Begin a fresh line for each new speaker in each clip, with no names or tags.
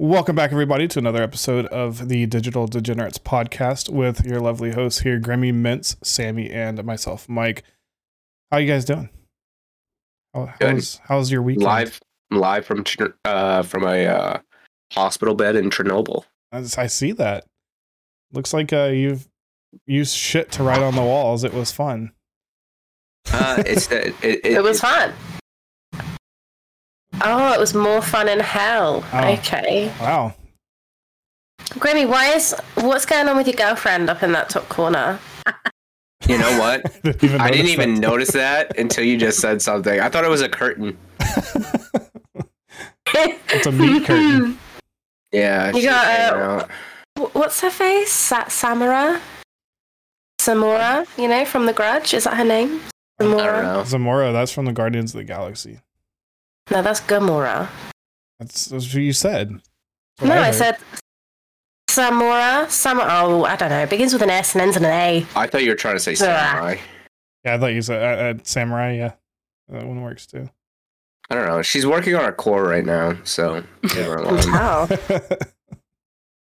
Welcome back, everybody, to another episode of the Digital Degenerates podcast with your lovely hosts here, Grammy Mints, Sammy, and myself, Mike. How you guys doing? How,
Good.
how's, how's your weekend?
live live from Chern- uh from a uh, hospital bed in Chernobyl.
As I see that. Looks like uh, you've used shit to write on the walls. It was fun.
Uh, it's the, it, it,
It was fun. Oh, it was more fun in hell.
Oh.
Okay.
Wow.
Grammy, why is what's going on with your girlfriend up in that top corner?
You know what?
Didn't even
I didn't
notice
even
that.
notice that until you just said something. I thought it was a curtain.
It's a meat curtain.
Yeah.
You
she
got,
came
uh,
out.
Wh- What's her face? Sa- Samara? Samora, you know, from The Grudge? Is that her name?
I don't
Samora?
know.
Zamora, that's from the Guardians of the Galaxy.
No, that's Gamora.
That's, that's what you said. That's what
No, I
heard.
said Samora? Sam- oh, I don't know. It begins with an S and ends in an A.
I thought you were trying to say
Ah.
samurai.
Yeah, I thought you said uh, uh, Samurai. Yeah, that one works too.
I don't know. She's working on her core right now, so leave her alone.
Oh.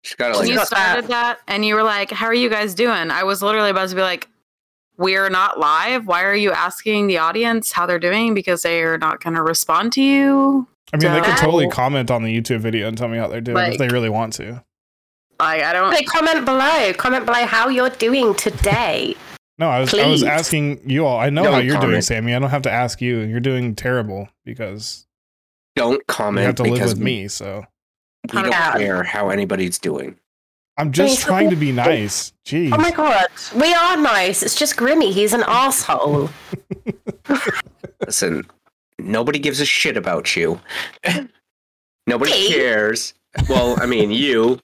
she's got
She's
like
you
got
started that and you were like, How are you guys doing? I was literally about to be like, We're not live. Why are you asking the audience how they're doing? Because they are not going to respond to you.
I mean, they could
Wow.
totally comment on the YouTube video and tell me how they're doing if
Like-
they really want to.
Like, I don't.
Hey, comment below. Comment below how you're doing today.
No, I was I was
Please.
asking you all. I know
Don't
how you're doing,
comment.
Sammy. I don't have to ask you. You're doing terrible because you
don't
have
comment
to live
because
with me. So
we don't
Yeah.
care how anybody's doing.
I'm just
Please.
trying to be nice. Jeez.
Oh my god, we are nice. It's just Grimmy. He's an asshole.
Listen, nobody gives a shit about you. nobody
Me?
cares. Well, I mean, you,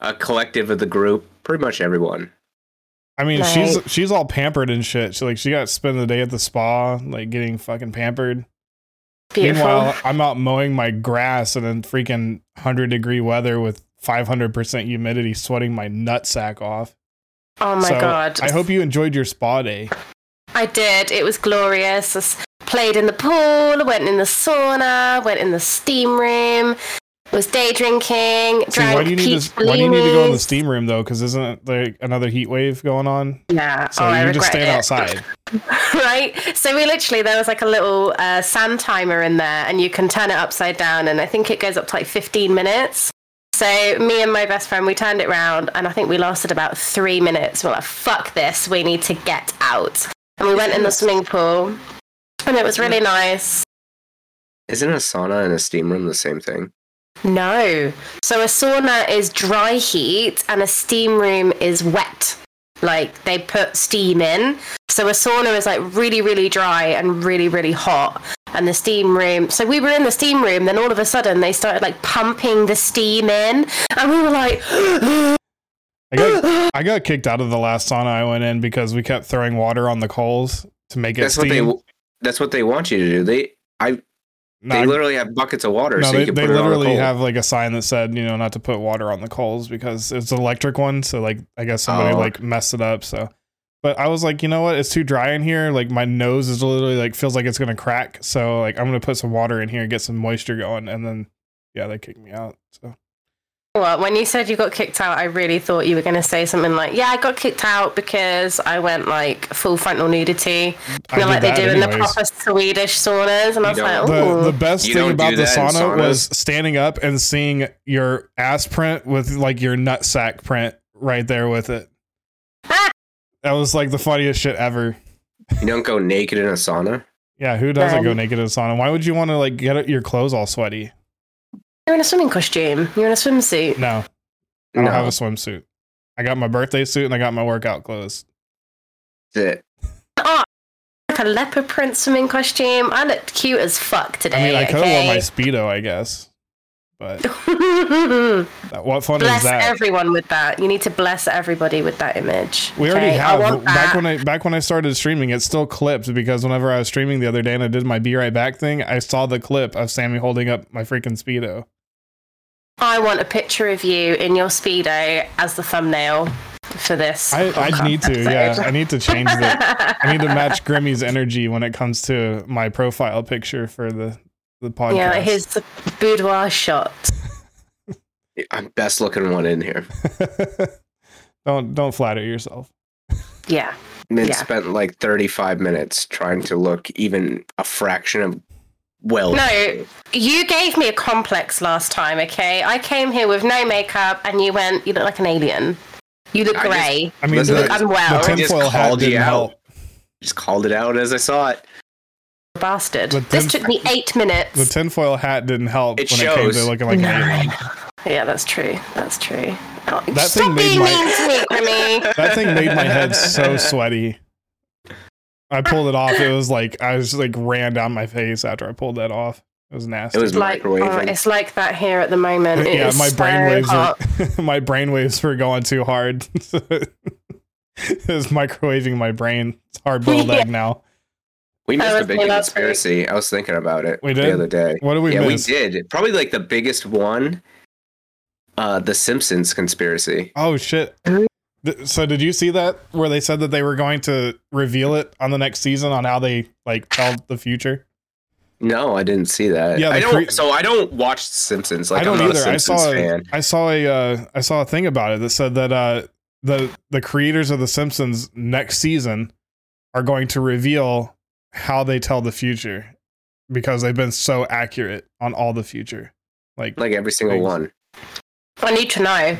a collective of the group, pretty much everyone.
I mean,
Right.
she's she's all pampered and shit. She like she got to spend the day at the spa, like getting fucking pampered.
Beautiful.
Meanwhile, I'm out mowing my grass in a freaking hundred degree weather with 500 percent humidity, sweating my nutsack off.
oh my
So,
god.
I
I,
hope you enjoyed your spa day.
did. It was glorious. I s- played in the pool, went in the sauna, went in the steam room, was day drinking,
See,
drank
why do you need
peach
this? Why do you need to go in the
bellinis.
steam room though? Because isn't there another heat wave going on?
Yeah.
So
oh, I
you're just
regret
staying
it.
outside.
right? So we literally there was like a little uh, sand timer in there, and you can turn it upside down, and I think it goes up to like 15 minutes. So me and my best friend, we turned it round, and I think we lasted about three minutes. We're like, "Fuck this! We need to get out." And we went in the swimming pool, and it was really nice.
Isn't a sauna and a steam room the same thing?
No, so a sauna is dry heat, and a steam room is wet. Like they put steam in. So a sauna is like really, really dry and really, really hot. And the steam room. So we were in the steam room. Then all of a sudden they started like pumping the steam in, and we were like,
I got I got kicked out of the last sauna I went in because we kept throwing water on the coals to make it
That's
steam.
what they. That's what they want you to do. They
No,
they
I'm-
literally have buckets of water,
no,
so
they,
you can
they
put
literally
it on a coal.
have like a sign that said you know not to put water on the coals because it's an electric one. So like I guess somebody
Oh.
like messed it up. So. But I was like, you know what? It's too dry in here. Like my nose is literally like feels like it's gonna crack. So like I'm gonna put some water in here, get some moisture going, and then yeah, they kicked me out. So
"Well, when you said you got kicked out, I really thought you were going to say something like, yeah, I got kicked out because I went like full frontal nudity, you know, like they do in the
anyways.
proper Swedish saunas." And I was
You
like,
don't-
"Oh,
the, the best
You
thing
don't
about
do
the
that in
sauna was
saunas.
standing up and seeing your ass print with like your nutsack print right there with it.
Ah!
that was like the funniest shit ever.
You don't go naked in a sauna.
Yeah, who doesn't go
Um,
naked in a sauna? Why would you want to like get your clothes all sweaty?
you're in a swimming costume. You're in a swimsuit."
No, I don't have a
No,
swimsuit. I got my birthday suit and I got my workout clothes.
that's it.
like a leopard print swimming costume. I looked cute as fuck
I
today.
mean, I could have worn my
okay?
speedo, I guess. But that- what fun is
bless
that?
everyone with that. You need to bless everybody with that image.
We already
okay? I
have
want
back
that.
when I back when I started streaming, it's still clipped because whenever I was streaming the other day and I did my be right back thing, I saw the clip of Sammy holding up my freaking speedo.
I want a picture of you in your speedo as the thumbnail for this.
I, I
podcast
need to, yeah,
episode.
I need to change that. I need to match Grimmy's energy when it comes to my profile picture for the the podcast.
yeah, his boudoir shot.
I'm best looking one in here.
don't don't flatter yourself.
Yeah.
Min
Yeah.
spent like 35 minutes trying to look even a fraction of well.
No, you gave me a complex last time, okay? I came here with no makeup and you went, you look like an alien. You look
I just-
grey.
I mean,
Listen,
the,
I just-
I'm
the
well.
tin- just
tinfoil hat
called you
didn't
out.
help.
Just called it out as I saw it.
Bastard.
the
This
tin-
took me eight
The
minutes.
tinfoil hat didn't help
It
when it came
shows.
to looking like an alien.
yeah, that's true. That's true. Oh,
That
stop
thing made
being
my-
mean to me, Remy.
That thing made my head so sweaty. I pulled it off. It was like I was like ran down my face after I pulled that off. It was nasty.
It was
Like, oh,
microwaving.
it's like that here at the moment. It
yeah,
is
my
so
brain waves
hot.
are, my brain waves were going too hard. it was microwaving my brain. It's hard boiled egg now.
we
I
missed a
was
big
thinking last week.
conspiracy. I was thinking about it
We did?
the other day.
What do we
yeah,
miss?
we did. Probably like the biggest one. Uh, the Simpsons conspiracy.
Oh shit. Th- So did you see that where they said that they were going to reveal it on the next season on how they like tell the future?
No, I didn't see that.
Yeah, the
I don't.
cre-
so I don't watch Simpsons. Like
I don't
am not
either.
A
I
Simpsons
saw a,
fan.
I saw a uh, I saw a thing about it that said that uh, the the creators of the Simpsons next season are going to reveal how they tell the future because they've been so accurate on all the future. Like
Like every single
Things.
one.
I need to know.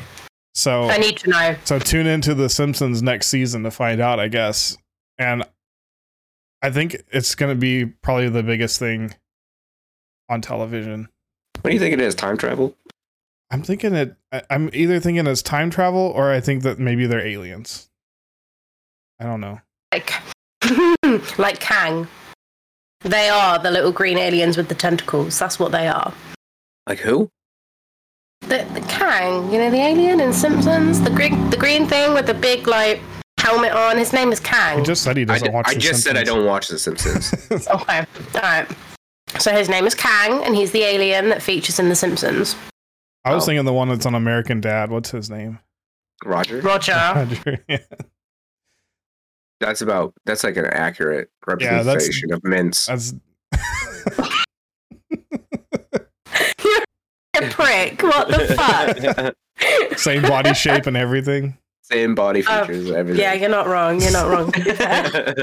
so
I need to know.
So tune into the Simpsons next season to find out, I guess. And I think it's going to be probably the biggest thing on television.
What do you think it is? Time travel?
I'm thinking it. I- I'm either thinking it's time travel, or I think that maybe they're aliens. I don't know.
Like, like Kang. They are the little green aliens with the tentacles. That's what they are.
Like who?
The, the Kang, you know, the alien in Simpsons, the green, the green thing with the big like helmet on. His name is
He
Kang.
just said he
I
doesn't
d-
watch.
I
The
just said I
Simpsons.
don't watch The Simpsons.
Okay, all right. So his name is Kang, and he's the alien that features in The Simpsons.
I was
Oh.
thinking the one that's on American Dad. What's his name?
Roger.
Roger.
Roger. Yeah.
That's about. That's like an accurate
that's-
representation of mints.
That's
You're a prick. What the fuck?
same body shape and everything.
Same body
Uh,
features. everything.
yeah, you're not wrong. You're not wrong. to be fair.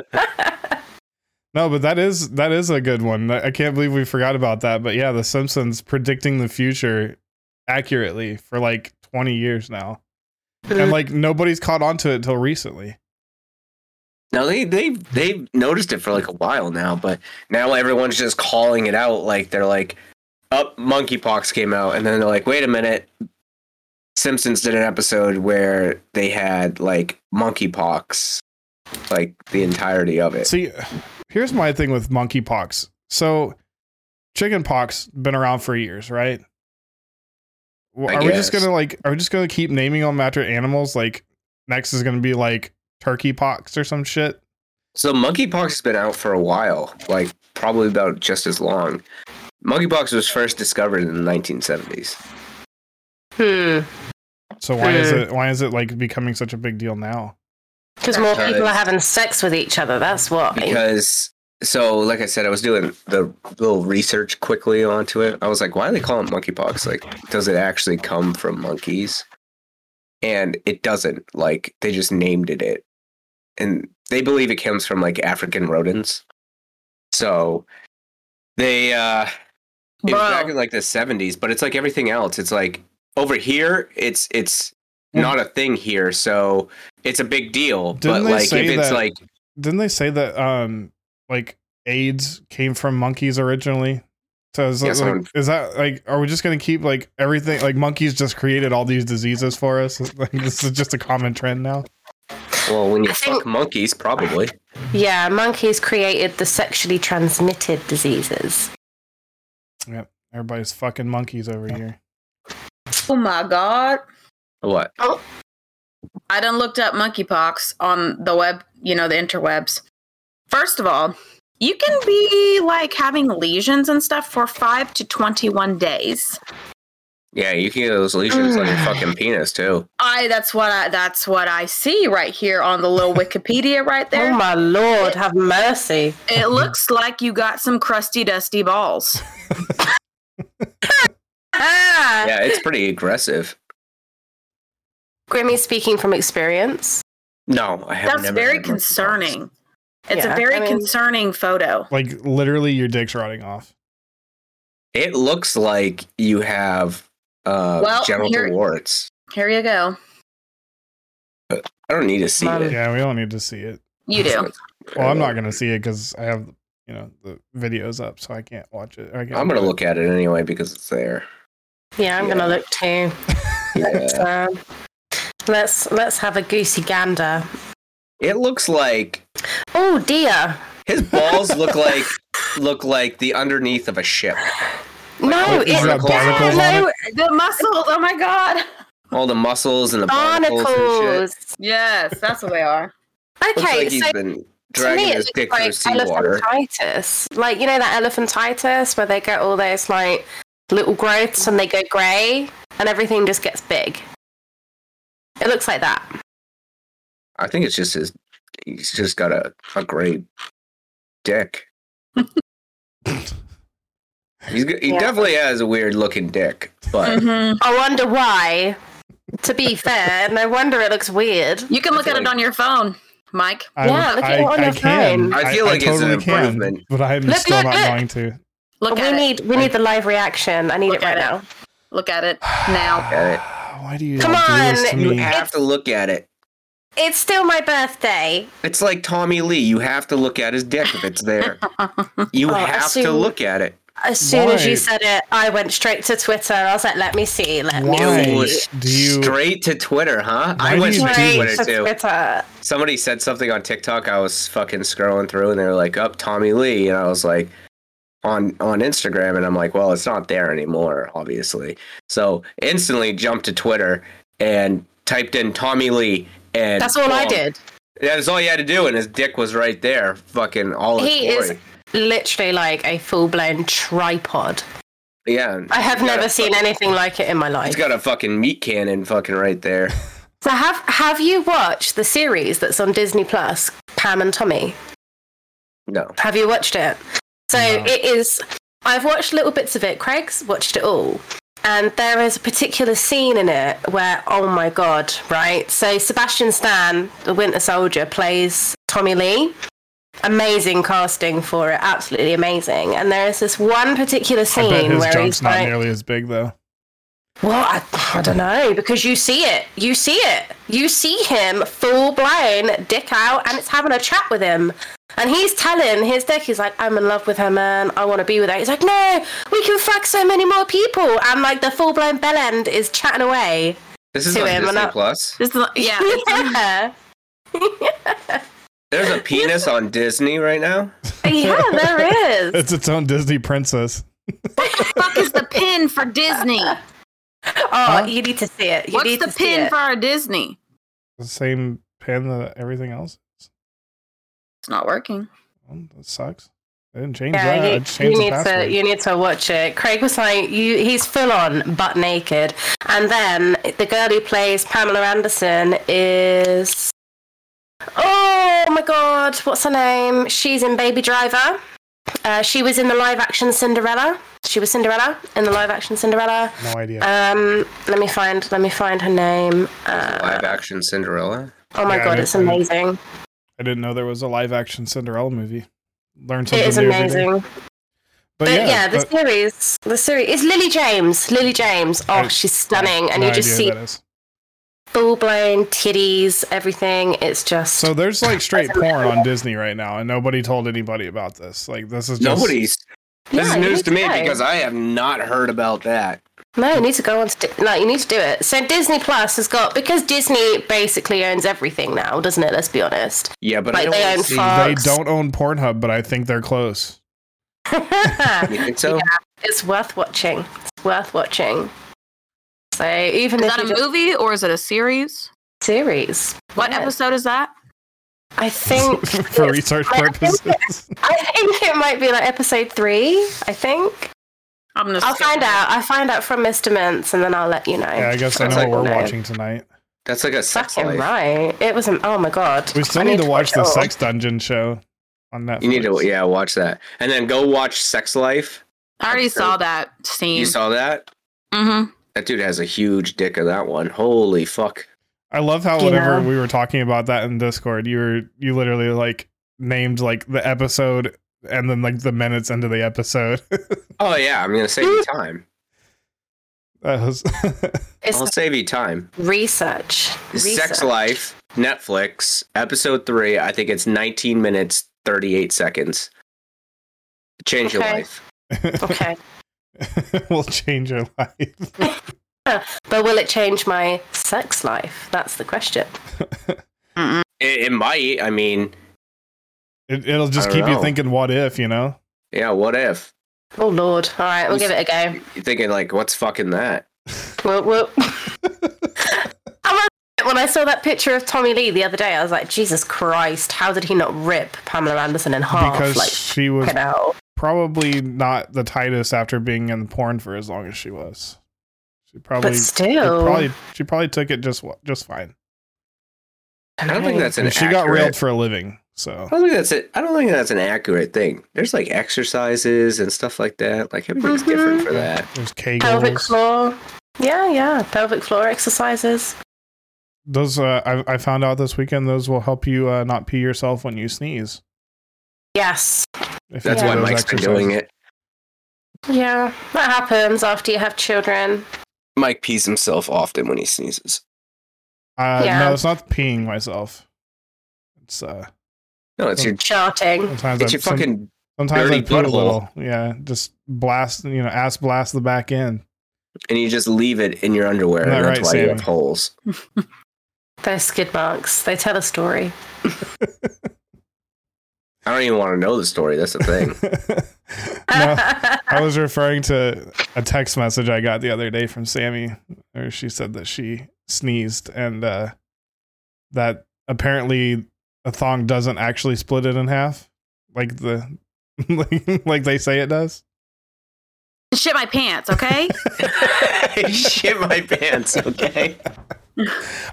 No, but that is that is a good one. I can't believe we forgot about that. But yeah, The Simpsons predicting the future accurately for like 20 years now,
Uh,
and like nobody's caught on to it till recently.
No, they they they've noticed it for like a while now, but now everyone's just calling it out. Like they're like, "Up, monkeypox came out," and then they're like, "Wait a minute." Simpsons did an episode where they had like monkeypox, like the entirety of it.
See, here's my thing with monkeypox. So, chickenpox been around for years, right? Well,
I
are we just
guess.
gonna like? Are we just gonna keep naming them after animals? Like, next is gonna be like turkey pox or some shit.
So monkeypox has been out for a while, like probably about just as long. Monkeypox was first discovered in the 1970s.
Hmm.
So why is
Uh,
Hmm.
it why is it like becoming such a big deal now?
Because more
Because-
people are having sex with each other. That's what.
because so like i said i was doing the little research quickly onto it i was like why do they call it monkeypox like does it actually come from monkeys and it doesn't like they just named it it and they believe it comes from like african rodents so they uh it was
Bro.
back in like the 70s but it's like everything else it's like over here it's it's not a thing here so it's a big deal
Didn't
but
they
like if
say
it's
that-
like
didn't they say that um like AIDS came from monkeys originally? So is,
Yeah,
that-
someone-
like, is that like are we just gonna keep like everything like monkeys just created all these diseases for us? Like this is just a common trend now.
Well, when you
I
fuck
think-
monkeys, probably.
Yeah, monkeys created the sexually transmitted diseases.
Everybody's fucking monkeys over here.
Oh my god.
What?
I done looked up monkeypox on the web, you know, the interwebs. First of all, you can be like having lesions and stuff for five to 21 days.
Yeah, you can get those lesions on your fucking penis too.
I that's what I that's what I see right here on the little Wikipedia right there.
Oh my lord, have mercy.
It looks like you got some crusty dusty balls.
Ah!
Yeah, it's pretty aggressive.
Grimmy speaking from experience.
No, I have
That's
never
very
had monkeypox.
concerning. It's
Yeah,
a very
I mean-
concerning photo.
Like literally, your dick's rotting off.
It looks like you have uh,
Well,
genital
here-
warts.
Here you go.
I don't need to see
Um,
it.
Yeah, we don't need to see it.
You do.
Well, I'm not gonna see it because I have you know the videos up, so I can't watch it. I can't
I'm gonna look at it anyway because it's there.
Yeah, I'm gonna look too.
Yeah.
Um, let's let's have a goosey gander.
It looks like
Oh dear.
his balls look like look like the underneath of a ship.
No,
Wait,
it,
is
yeah,
that barnacles
on
no,
The muscles. Oh my god.
All the muscles and the barnacles. And shit.
barnacles.
Yes, that's what they are.
Looks
Okay,
like he's
so
been
to
dragging
me
his
it
dick through
looks like
seawater.
elephantitis. Like you know that elephantitis where they get all those like little growths and they go grey and everything just gets big. It looks like that.
I think it's just his. He's just got a a great dick. He's, g- he
Yeah.
definitely has a weird looking dick, but
Mhm.
I wonder why. To be fair, no wonder it looks weird.
You can look
I
at
feel
it on your phone, Mike.
I,
Yeah, look at
I,
it on
I
your
can.
phone.
I feel like it's an improvement.
but I'm
Look,
still
look,
not
look.
going to.
Look
we
at it.
need we need the live reaction. I need it
Look
right
at
now.
it. Look at it now.
Okay.
Why do you
Come
all do this to
on,
you
me?
have to look at it.
It's still my birthday.
It's like Tommy Lee. You have to look at his dick if it's there. You
Oh, I
have to
see.
look at it.
As soon as
Why?
you said it, I went straight to Twitter. I was like, "Let me see, let me
Why
It
see."
was
do you-
straight to Twitter, huh?
Why
I
do
went
you do
straight to
this?
Straight
Twitter
to
too.
Twitter.
Somebody said something on TikTok. I was fucking scrolling through, and they were like, "Up Tommy Lee," and I was like, on on Instagram, and I'm like, "Well, it's not there anymore, obviously." So instantly jumped to Twitter and typed in Tommy Lee, and
That's all I
boom.
did.
That's all you had to do, and his dick was right there, fucking all its
He is
glory.
literally like a full blown tripod.
Yeah,
I have
He's got
never
a
seen
fucking-
anything like it in my life.
He's got a fucking meat cannon, fucking right there.
So have have you watched the series that's on Disney Plus, Pam and Tommy?
No,
Have you watched it? So
No.
it is. I've watched little bits of it. Craig's watched it all. And there is a particular scene in it where, oh my God, right? So Sebastian Stan, the Winter Soldier, plays Tommy Lee. Amazing casting for it. Absolutely amazing. And there is this one particular
I
scene
bet his
where
junk's
he's
not
like,
nearly as big though.
well, I, I don't know because you see it. You see it. You see him full blown dick out, and it's having a chat with him. And he's telling his dick, he's like, I'm in love with her, man. I want to be with her. He's like, no, we can fuck so many more people. And like the full blown bell end is chatting away.
this is
To
on
him, I'm
Disney
not-
Plus.
This is- yeah.
Yeah.
There's a penis on Disney right now.
yeah, there is.
It's its own Disney princess.
fuck is the pin for Disney?
Oh,
Huh?
you need to see it. You
What's
need
the
to see
pin
it.
for our Disney?
The same pin that everything else. is.
It's not working.
Well, that sucks. I didn't change
Yeah,
that. I
you,
changed
you
the
need to
password.
you need to watch it. Craig was like, you, he's full on butt naked, and then the girl who plays Pamela Anderson is, oh my god, what's her name? She's in Baby Driver. Uh, she was in the live action Cinderella. She was Cinderella in the live action Cinderella.
no idea.
Um, let me find let me find her name. Uh,
Live action Cinderella.
oh my
Yeah,
god,
I
it's
didn't-
amazing.
I didn't know there was a live action Cinderella movie. Learn something
It is
new every day.
amazing.
But,
But
yeah,
yeah, the
but
series, the series is Lily James. Lily James. Oh,
I-
she's stunning, and
no
you just
idea
see
who that is.
full blown titties, everything. It's just
So there's like straight
That's
porn
amazing.
on Disney right now, and nobody told anybody about this. Like this is just
Nobody's. This
Yeah,
is
you
news
need
to me
go.
because I have not heard about that.
no, you need to go on to di- no, you need to do it. So Disney Plus has got because Disney basically owns everything now, doesn't it? Let's be honest.
Yeah, but I
Like,
don't
they
wanna
own
see-
Fox.
They don't own Pornhub, but I think they're close.
You think so?
it's worth watching. It's worth watching. So even
Is
if
that a
you just-
movie or is it a series?
series,
What
Yeah.
episode is that?
I think
for research
I think-
purposes.
I think it might be like episode three. I think.
I'm gonna
I'll
skip
find
it.
out. I'll find out from Mr. Mintz and then I'll let you know.
yeah, I guess I "Oh,
Sounds
know what
like
we're
no.
watching tonight.
That's like a sex
Fucking
life.
right. It was an oh my god.
We still
I
need to watch
it
the
all.
Sex Dungeon show on Netflix.
You need to yeah watch that, and then go watch Sex Life.
I already
episode.
Mm.
saw that scene.
You saw that?
Mm-hmm.
That dude has a huge dick of that one. Holy fuck.
I love how
You
whenever
know?
we were talking about that in Discord, you were you literally like named like the episode and then like the minutes into the episode.
Oh yeah, I'm gonna save you time.
that was
It's
I'll save you time.
research.
Sex
Research.
Life, Netflix, episode three. I think it's 19 minutes 38 seconds. Change your
Okay.
life.
Okay.
will change your life.
But will it change my sex life? That's the question.
Mm-mm.
It, it might. I mean,
It, it'll just
I
keep
don't
you
know.
thinking, "What if?" You know.
yeah. What if
Oh, Lord. All right, we'll give it a go.
you're thinking like, what's fucking that?
Well, well. I'm a- when I saw that picture of Tommy Lee the other day, I was like, Jesus Christ, how did he not rip Pamela Anderson in half?
because
like,
she was
fucking hell.
probably not the tightest after being in porn for as long as she was. She probably,
But
it
still,
probably, she probably took it just wa- just fine.
I don't think that's an.
And she got
accurate- Oh,
railed for a living, so
I don't think that's it. I don't think that's an accurate thing. There's like exercises and stuff like that. Like everything's different for that.
there's
pelvic
Kegels.
floor. Yeah, yeah, pelvic floor exercises.
Those uh, I, I found out this weekend. Those will help you uh, not pee yourself when you sneeze.
Yes.
If you
That's
do
why
those
Mike's been doing
exercises.
it.
Yeah, that happens after you have children.
Mike pees himself often when he sneezes.
Uh,
Yeah.
No, it's not peeing myself. It's uh,
No, it's your
Charting.
sometimes
it's
I
your fucking
sometimes I
dirty
pee a
butthole.
little. Yeah, just blast. You know, ass blast the back end.
and you just leave it in your underwear,
Not
and that's
right,
why you
Sammy.
have holes.
Those skid marks. They tell a story.
I don't even want to know the story. That's the thing.
no, I was referring to a text message I got the other day from Sammy, where she said that she sneezed and uh, that apparently a thong doesn't actually split it in half, like the like, like they say it does.
Shit my pants, okay?
Shit my pants. Okay.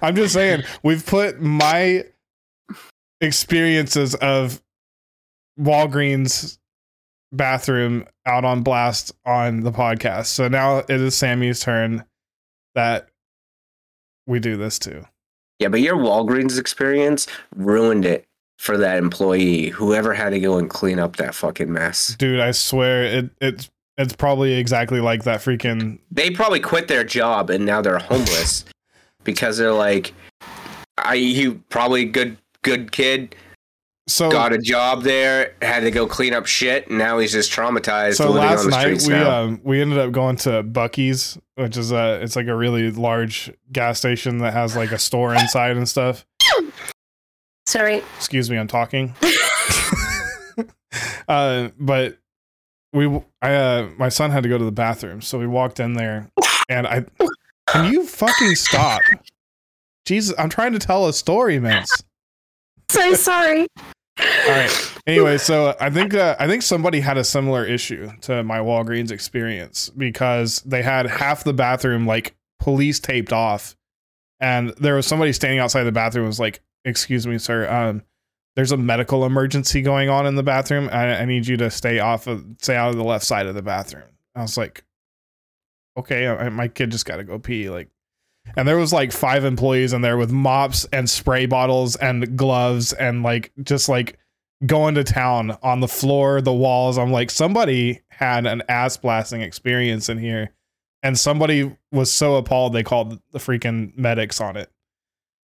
I'm just saying we've put my experiences of Walgreens bathroom out on blast on the podcast. So now it is Sammy's turn that we do this too.
Yeah, but your Walgreens experience ruined it for that employee, whoever had to go and clean up that fucking mess.
Dude, I swear it it's it's probably exactly like that freaking
They probably quit their job and now they're homeless because they're like, I you probably good good kid
so
got a job there, had to go clean up shit, and now he's just traumatized
so
living
last
on the
night
streets
we
now.
um we ended up going to Bucky's, which is a it's like a really large gas station that has like a store inside and stuff.
Sorry.
excuse me i'm talking uh but we i uh my son had to go to the bathroom so we walked in there and i can you fucking stop jesus i'm trying to tell a story miss
So sorry.
all right anyway so i think uh, i think somebody had a similar issue to my walgreens experience because they had half the bathroom like police taped off and there was somebody standing outside the bathroom was like excuse me sir um there's a medical emergency going on in the bathroom i, I need you to stay off of stay out of the left side of the bathroom i was like okay I, my kid just gotta go pee like and there was like five employees in there with mops and spray bottles and gloves and like just like going to town on the floor the walls i'm like somebody had an ass blasting experience in here and somebody was so appalled they called the freaking medics on it.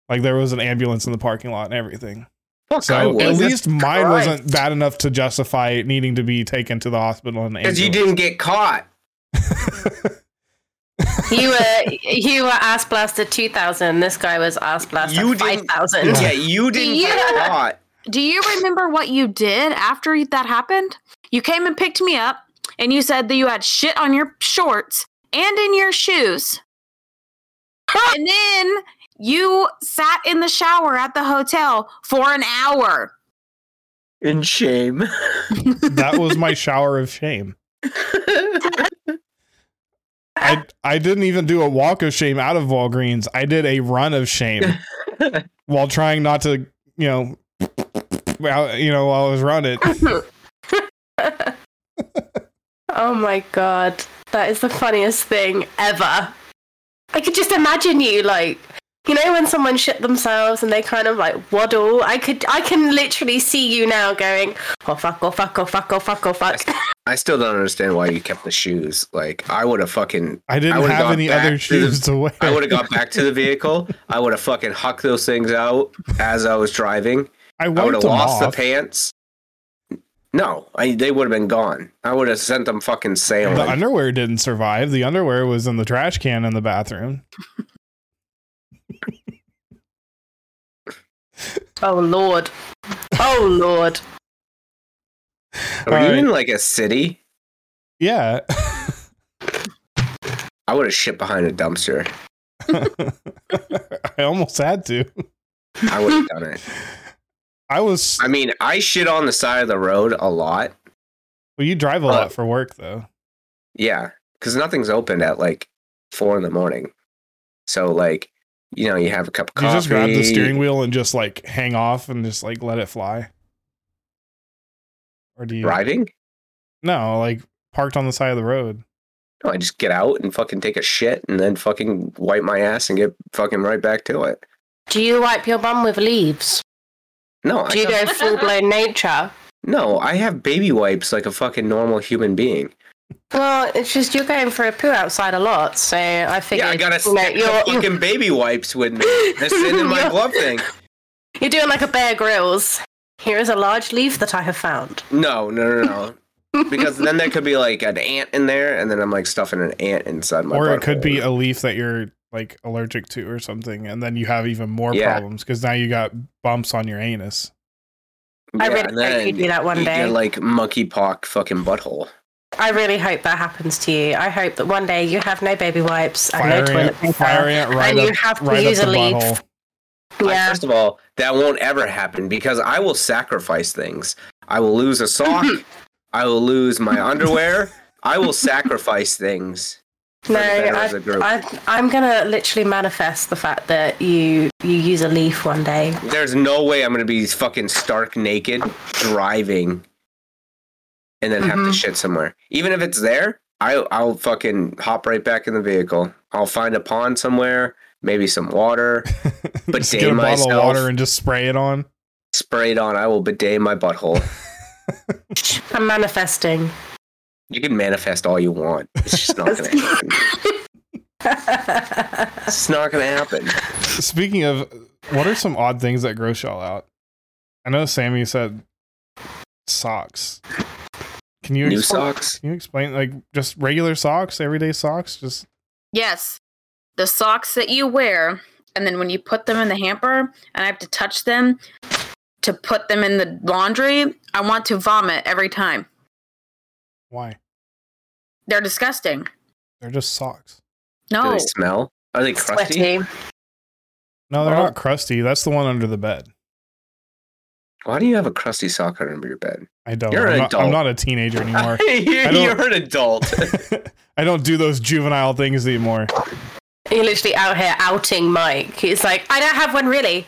Like there was an ambulance in the parking lot and everything.
Fuck, I
So
would.
at least mine
Christ.
wasn't bad enough to justify needing to be taken to the hospital and
because you
ambulance.
didn't get caught.
You were you were ass blaster two thousand. This guy was ass
You
blaster five
didn't-
thousand.
Yeah, you didn't get
Yeah.
caught.
Do you remember what you did after that happened? You came and picked me up and you said that you had shit on your shorts and in your shoes. and then you sat in the shower at the hotel for an hour.
In shame.
that was my shower of shame. I I didn't even do a walk of shame out of Walgreens. I did a run of shame while trying not to, you know, while- you know, while I was running.
oh my god. That is the funniest thing ever. I could just imagine you like, you know, when someone shit themselves and they kind of like waddle. I could, I can literally see you now going, oh fuck, oh fuck, oh fuck, oh fuck, oh fuck.
I still don't understand why you kept the shoes. Like I would have fucking
I didn't
would've
have
gone
any
back
other
to the-
shoes to wear.
I would have got back to the vehicle. I would have fucking hucked those things out as I was driving.
I
I would
wiped
have
them
lost
off.
the pants. No, I, they would have been gone. I would have sent them fucking sailing.
The underwear didn't survive. The underwear was in the trash can in the bathroom.
Oh lord, oh lord.
Were you
Alright.
in like a city?
Yeah.
I would have shit behind a dumpster.
I almost had to.
I would have done it.
I was
I mean, I shit on the side of the road a lot.
well, you drive a
Uh,
lot for work though.
Yeah, because nothing's open at like four in the morning. So like, you know, you have a cup of
Do
coffee.
you just grab the steering wheel and just like hang off and just like let it fly? Or do you
Driving?
No, like parked on the side of the road.
No, I just get out and fucking take a shit and then fucking wipe my ass and get fucking right back to it.
Do you wipe your bum with leaves?
No, I
Do you
have,
go full blown nature?
no, I have baby wipes like a fucking normal human being.
Well, it's just you're going for a poo outside a lot, so I figured
yeah, I got a
you know,
stack
you're,
of fucking baby wipes with me. They're sitting in my
You're-
glove thing.
you're doing like a Bear Grylls. Here is a large leaf that I have found.
No, no, no, no. because then there could be like an ant in there, and then I'm like stuffing an ant inside my.
or it could
butthole.
be a leaf that you're like allergic to or something, and then you have even more
Yeah.
problems because now you got bumps on your anus.
I
Yeah,
really
and
hope you
then
do that one
you get,
day.
like monkey pock fucking butthole.
I really hope that happens to you. I hope that one day you have no baby wipes and
Fire
no toilet paper.
ant, fire ant right
and you
up,
have to
right
use
up
a
the
leaf.
butthole.
I-
Yeah.
first of all, that won't ever happen because I will sacrifice things. I will lose a sock. I will lose my underwear. I will sacrifice things. for
No,
the better
I,
as a group.
I, I'm gonna literally manifest the fact that you you use a leaf one day.
There's no way I'm going to be fucking stark naked driving and then have to
Mhm.
shit somewhere. Even if it's there, I, I'll fucking hop right back in the vehicle. I'll find a pond somewhere, maybe some water, But
just
day
get a bottle of
myself.
water and just spray it on.
spray it on. I will bidet my butthole.
I'm manifesting.
You can manifest all you want. It's just not going to happen. It's not going to happen.
Speaking of, what are some odd things that gross y'all out? I know Sammy said socks. Can you
New
explain?
socks.
Can you explain like just regular socks, everyday socks? Just
Yes. The socks that you wear, and then when you put them in the hamper, and I have to touch them to put them in the laundry, I want to vomit every time.
why?
They're disgusting.
They're just socks.
Do
No.
they smell? Are they crusty?
Sweaty.
No, they're
Well-
not crusty. That's the one under the bed.
Why do you have a crusty sock under your bed?
I don't.
You're
I'm,
an
not I'm
adult.
not a teenager anymore. don't-
You're an adult.
I don't do those juvenile things anymore.
You're literally out here outing Mike. He's like, I don't have one really.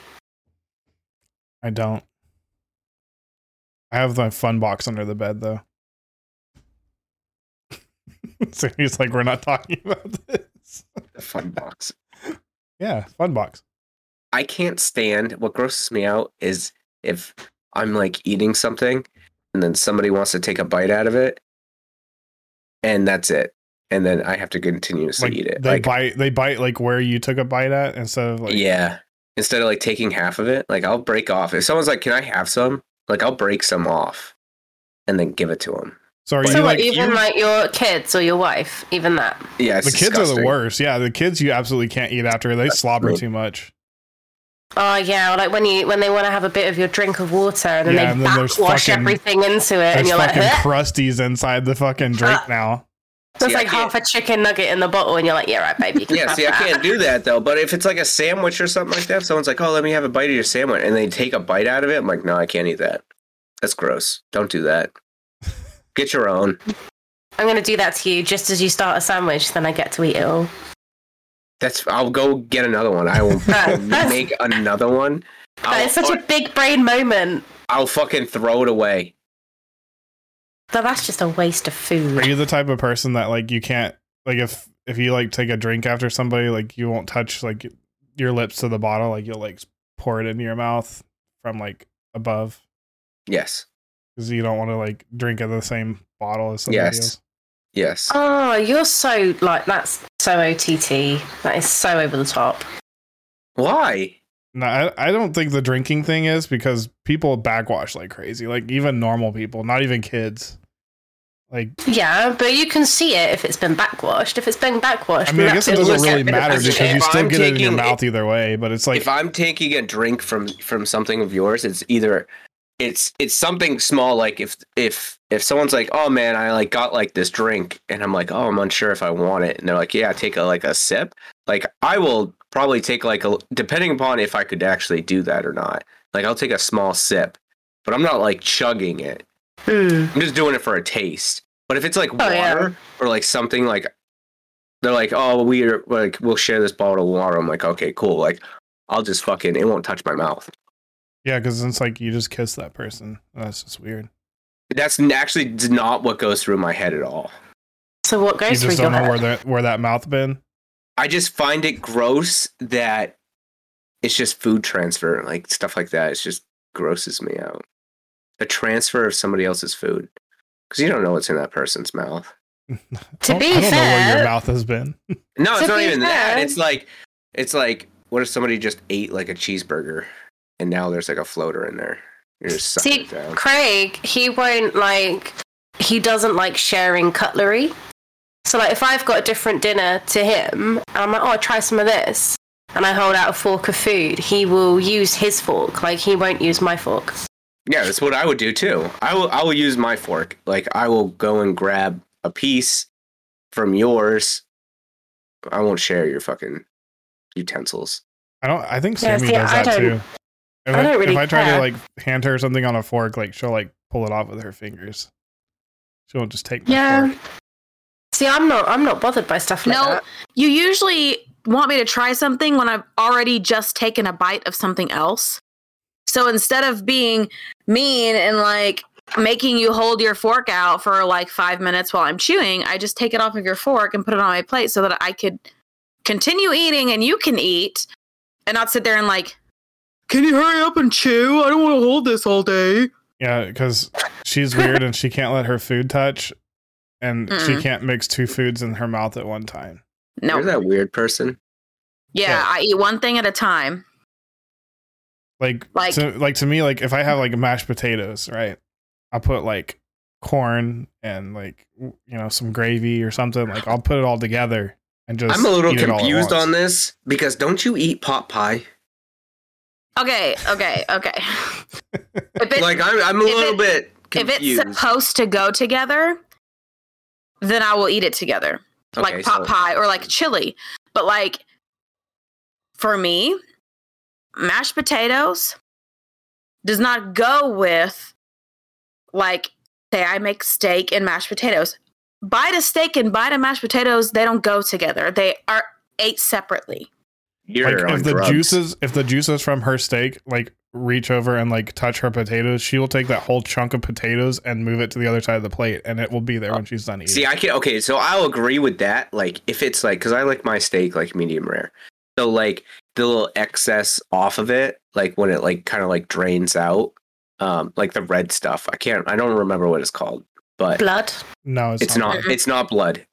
I don't. I have the fun box under the bed though. so he's like, we're not talking about this.
Fun box.
Yeah, fun box.
I can't stand what grosses me out is if I'm like eating something and then somebody wants to take a bite out of it and that's it. And then I have to continuously
Like
eat it.
they
Like,
bite they bite like where you took a bite at instead of like
yeah. Instead of like taking half of it, like I'll break off. If someone's like, can I have some? Like I'll break some off and then give it to them.
so are
So
you
so what,
like
even
you-
like your kids or your wife, even that.
Yeah. It's
the kids are
disgusting.
the worst. Yeah, the kids you absolutely can't eat after. They slobber too much.
Oh yeah, or like when you when they want to have a bit of your drink of water and then
Yeah,
they
and then there's
backwash
fucking-
everything into it, and
There's
you're like,
fucking
"Ugh."
crusties inside the fucking drink now.
there's
See, I
like half a chicken nugget in the bottle, and you're like, yeah, right, baby. you can
Yeah,
have
see, I
that."
can't do that though. But if it's like a sandwich or something like that, if someone's like, "Oh, let me have a bite of your sandwich," and they take a bite out of it, I'm like, "No, I can't eat that. That's gross. Don't do that. Get your own."
I'm gonna do that to you just as you start a sandwich, then I get to eat it all.
That's. I'll go get another one. I will
That- that's-
make another one.
That
I'll,
is such a big brain moment.
I'll fucking throw it away.
So that's just a waste of
Are
food.
you the type of person that like you can't like if if you like take a drink after somebody like you won't touch like your lips to the bottle like you'll like pour it into your mouth from like above
Yes.
because you don't want to like drink out of the same bottle as somebody
Yes.
else.
Yes.
Oh, you're so like that's so OTT. That is so over the top.
Why?
No, I, I don't think the drinking thing is because people backwash like crazy. Like even normal people, not even kids. Like
Yeah, but you can see it if it's been backwashed. If it's been backwashed,
I mean, I guess it doesn't
look
really
at it.
matter
If
because you still
I'm
get it in your
taking-
mouth either way. But it's like
if I'm taking a drink from from something of yours, it's either it's it's something small like if if if someone's like, "Oh man, I like got like this drink." And I'm like, "Oh, I'm unsure if I want it." And they're like, "Yeah, take a like a sip." Like I will probably take like a depending upon if I could actually do that or not. Like I'll take a small sip, but I'm not like chugging it.
Mm.
I'm just doing it for a taste. But if it's like water
yeah.
or like something like they're like, oh, we're like we'll share this bottle of water. I'm like, okay, cool. Like I'll just fucking it won't touch my mouth.
yeah, because it's like you just kiss that person. That's just weird.
That's n- actually d- not what goes through my head at all.
So what
You
goes through
just
your
don't know where
head?
that where that mouth been.
I just find it gross that it's just food transfer, like stuff like that. It's just grosses me out. The transfer of somebody else's food because you don't know what's in that person's mouth.
To
I don't-
be
I don't know where your
fair-
mouth has been.
No, it's
To
not
be
even that.
fair-
It's like it's like what if somebody just ate like a cheeseburger and now there's like a floater in there. You're just sucking
See,
it down.
Craig, he won't like. He doesn't like sharing cutlery. So like, if I've got a different dinner to him, and I'm like, oh, try some of this, and I hold out a fork of food, he will use his fork. Like he won't use my fork.
Yeah, that's what I would do too. I will I will use my fork. Like I will go and grab a piece from yours. I won't share your fucking utensils.
I don't. I think
Yeah,
Sammy
see,
does
I
that
don't-
too. If
I don't really
if I try to
care.
like hand her something on a fork, like she'll like pull it off with her fingers. She won't just take. My
Yeah.
fork.
See, I'm not. I'm not bothered by stuff like
No,
that.
you usually want me to try something when I've already just taken a bite of something else. So instead of being mean and like making you hold your fork out for like five minutes while I'm chewing, I just take it off of your fork and put it on my plate so that I could continue eating and you can eat and not sit there and like, can you hurry up and chew? I don't want to hold this all day.
Yeah, because she's weird and she can't let her food touch, and she
Mm-mm.
can't mix two foods in her mouth at one time.
No.
You're that weird person.
yeah, I eat one thing at a time.
Like,
Like-
to, like to me, like if I have like mashed potatoes, right? I'll put like corn and like w- you know some gravy or something. Like I'll put it all together and just.
I'm a little
eat it all at
confused
once.
on this because don't you eat pot pie?
Okay, okay, okay. if, it,
Like I'm I'm a
if
little
it-
bit
if
confused.
it's supposed to go together, then I will eat it together,
Okay,
like pot
so-
pie or like chili. But like for me, mashed potatoes does not go with like say I make steak and mashed potatoes. Bite of steak and bite of mashed potatoes, they don't go together. They are ate separately.
You're
like
on
if the
drugs.
juices if the juices from her steak like reach over and like touch her potatoes she will take that whole chunk of potatoes and move it to the other side of the plate and it will be there when she's done eating
See, I can okay, so I'll agree with that. Like if it's like cuz I like my steak like medium rare. So like the little excess off of it, like when it like kind of like drains out, um like the red stuff. I can't I don't remember what it's called, but
Blood.
no it's,
it's not it's not blood.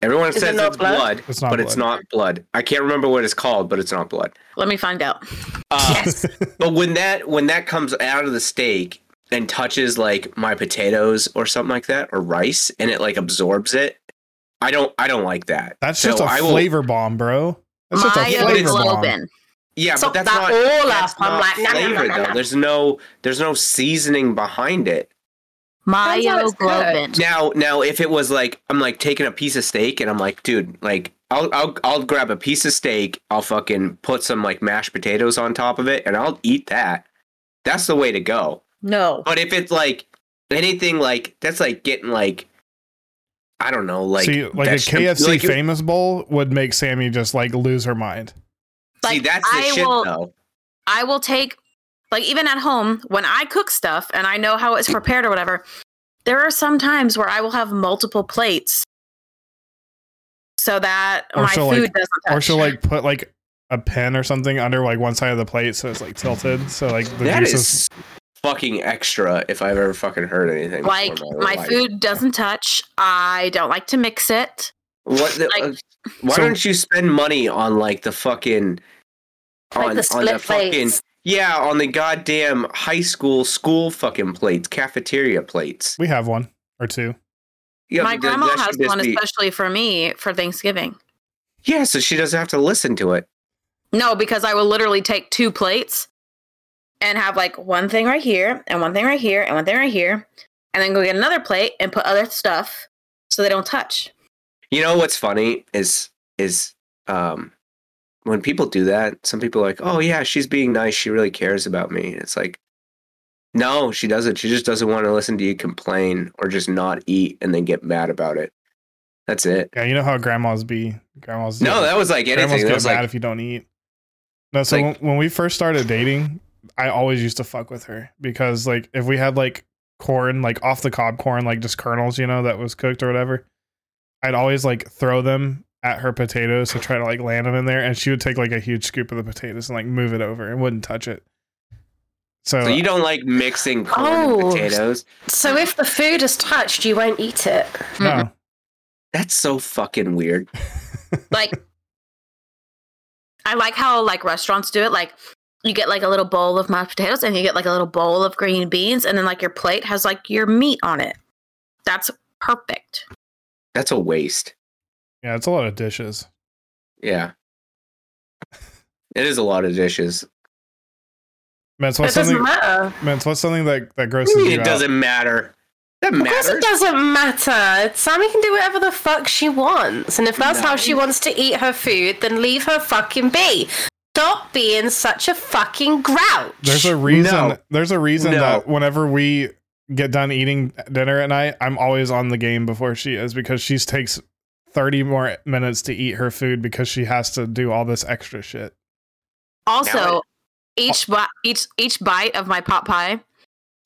Everyone
Is it
says
not
it's
blood?
blood,
It's not
but it's
blood.
not blood. I can't remember what it's called, but it's not blood.
Let me find out.
Uh,
Yes.
but when that when that comes out of the steak and touches like my potatoes or something like that or rice and it like absorbs it i don't i don't like that
that's
So
just a
I will-
flavor bomb bro that's just a
Mine
Yeah,
was
but it's-
flavor bomb
open.
yeah
Suck
but that's
that
not
all
that's
up.
not
I'm like, nah, nah, nah,
flavor
nah,
though
nah.
there's no there's no seasoning behind it
Turns out it's
Myoglobin.
now now if it was like i'm like taking a piece of steak and i'm like dude like I'll, I'll I'll grab a piece of steak. I'll fucking put some like mashed potatoes on top of it, and I'll eat that. That's the way to go.
No.
But if it's like anything like that's like getting like I don't know, like
see like a
vegeta-
kfc
like, you-
famous bowl would make sammy just like lose her mind
See,
Like,
that's the
I
shit
will-
though.
I will take like even at home when I cook stuff and I know how it's prepared or whatever. There are some times where I will have multiple plates so that
Or
my
she'll,
food
like-
doesn't touch.
Or she'll like put like a pen or something under like one side of the plate so it's like tilted. So like the
That
juices
is fucking extra if I've ever fucking heard anything. before
like
in
my
life.
food doesn't touch. I don't like to mix it.
What? The,
like-
uh, why
So-
don't you spend money on like the fucking
Like
on,
the
on the
split
fucking
plates.
yeah on the goddamn high school school fucking plates cafeteria plates.
we have one or two.
Yeah,
my
th-
grandma
that should
has
just
one,
be-
especially for me for Thanksgiving.
Yeah, so she doesn't have to listen to it.
No, because I will literally take two plates and have like one thing right here and one thing right here and one thing right here, and then go get another plate and put other stuff so they don't touch.
You know what's funny is is um when people do that, some people are like, "Oh yeah, she's being nice. She really cares about me." It's like, no, she doesn't. She just doesn't want to listen to you complain or just not eat and then get mad about it. That's it.
Yeah, you know how grandmas be. Grandmas
No, that was like
grandmas
anything. That
get
was
mad
like,
if you don't eat. No, so
like-
when, when we first started dating, I always used to fuck with her because like if we had like corn, like off the cob corn, like just kernels, you know, that was cooked or whatever, I'd always like throw them at her potatoes to try to like land them in there, and she would take like a huge scoop of the potatoes and like move it over and wouldn't touch it. So,
so you don't like mixing corn
Oh.
and potatoes.
So if the food is touched, you won't eat it.
no,
That's so fucking weird.
Like, I like how like restaurants do it. Like, you get like a little bowl of mashed potatoes and you get like a little bowl of green beans, and then like your plate has like your meat on it. That's perfect.
That's a waste.
yeah, it's a lot of dishes.
Yeah, it is a lot of dishes.
Mets, what's
it doesn't
something?
matter.
Mets, what's something that that grosses you
It
out?
doesn't matter. That
Of course, it
matters.
doesn't matter. Sammy can do whatever the fuck she wants, and if that's how she
Nice.
wants to eat her food, then leave her fucking be. Stop being such a fucking grouch.
There's a reason.
No.
There's a reason
No.
that whenever we get done eating dinner at night, I'm always on the game before she is because she takes 30 more minutes to eat her food because she has to do all this extra shit.
Also, each
Oh.
bi- each each bite of my pot pie,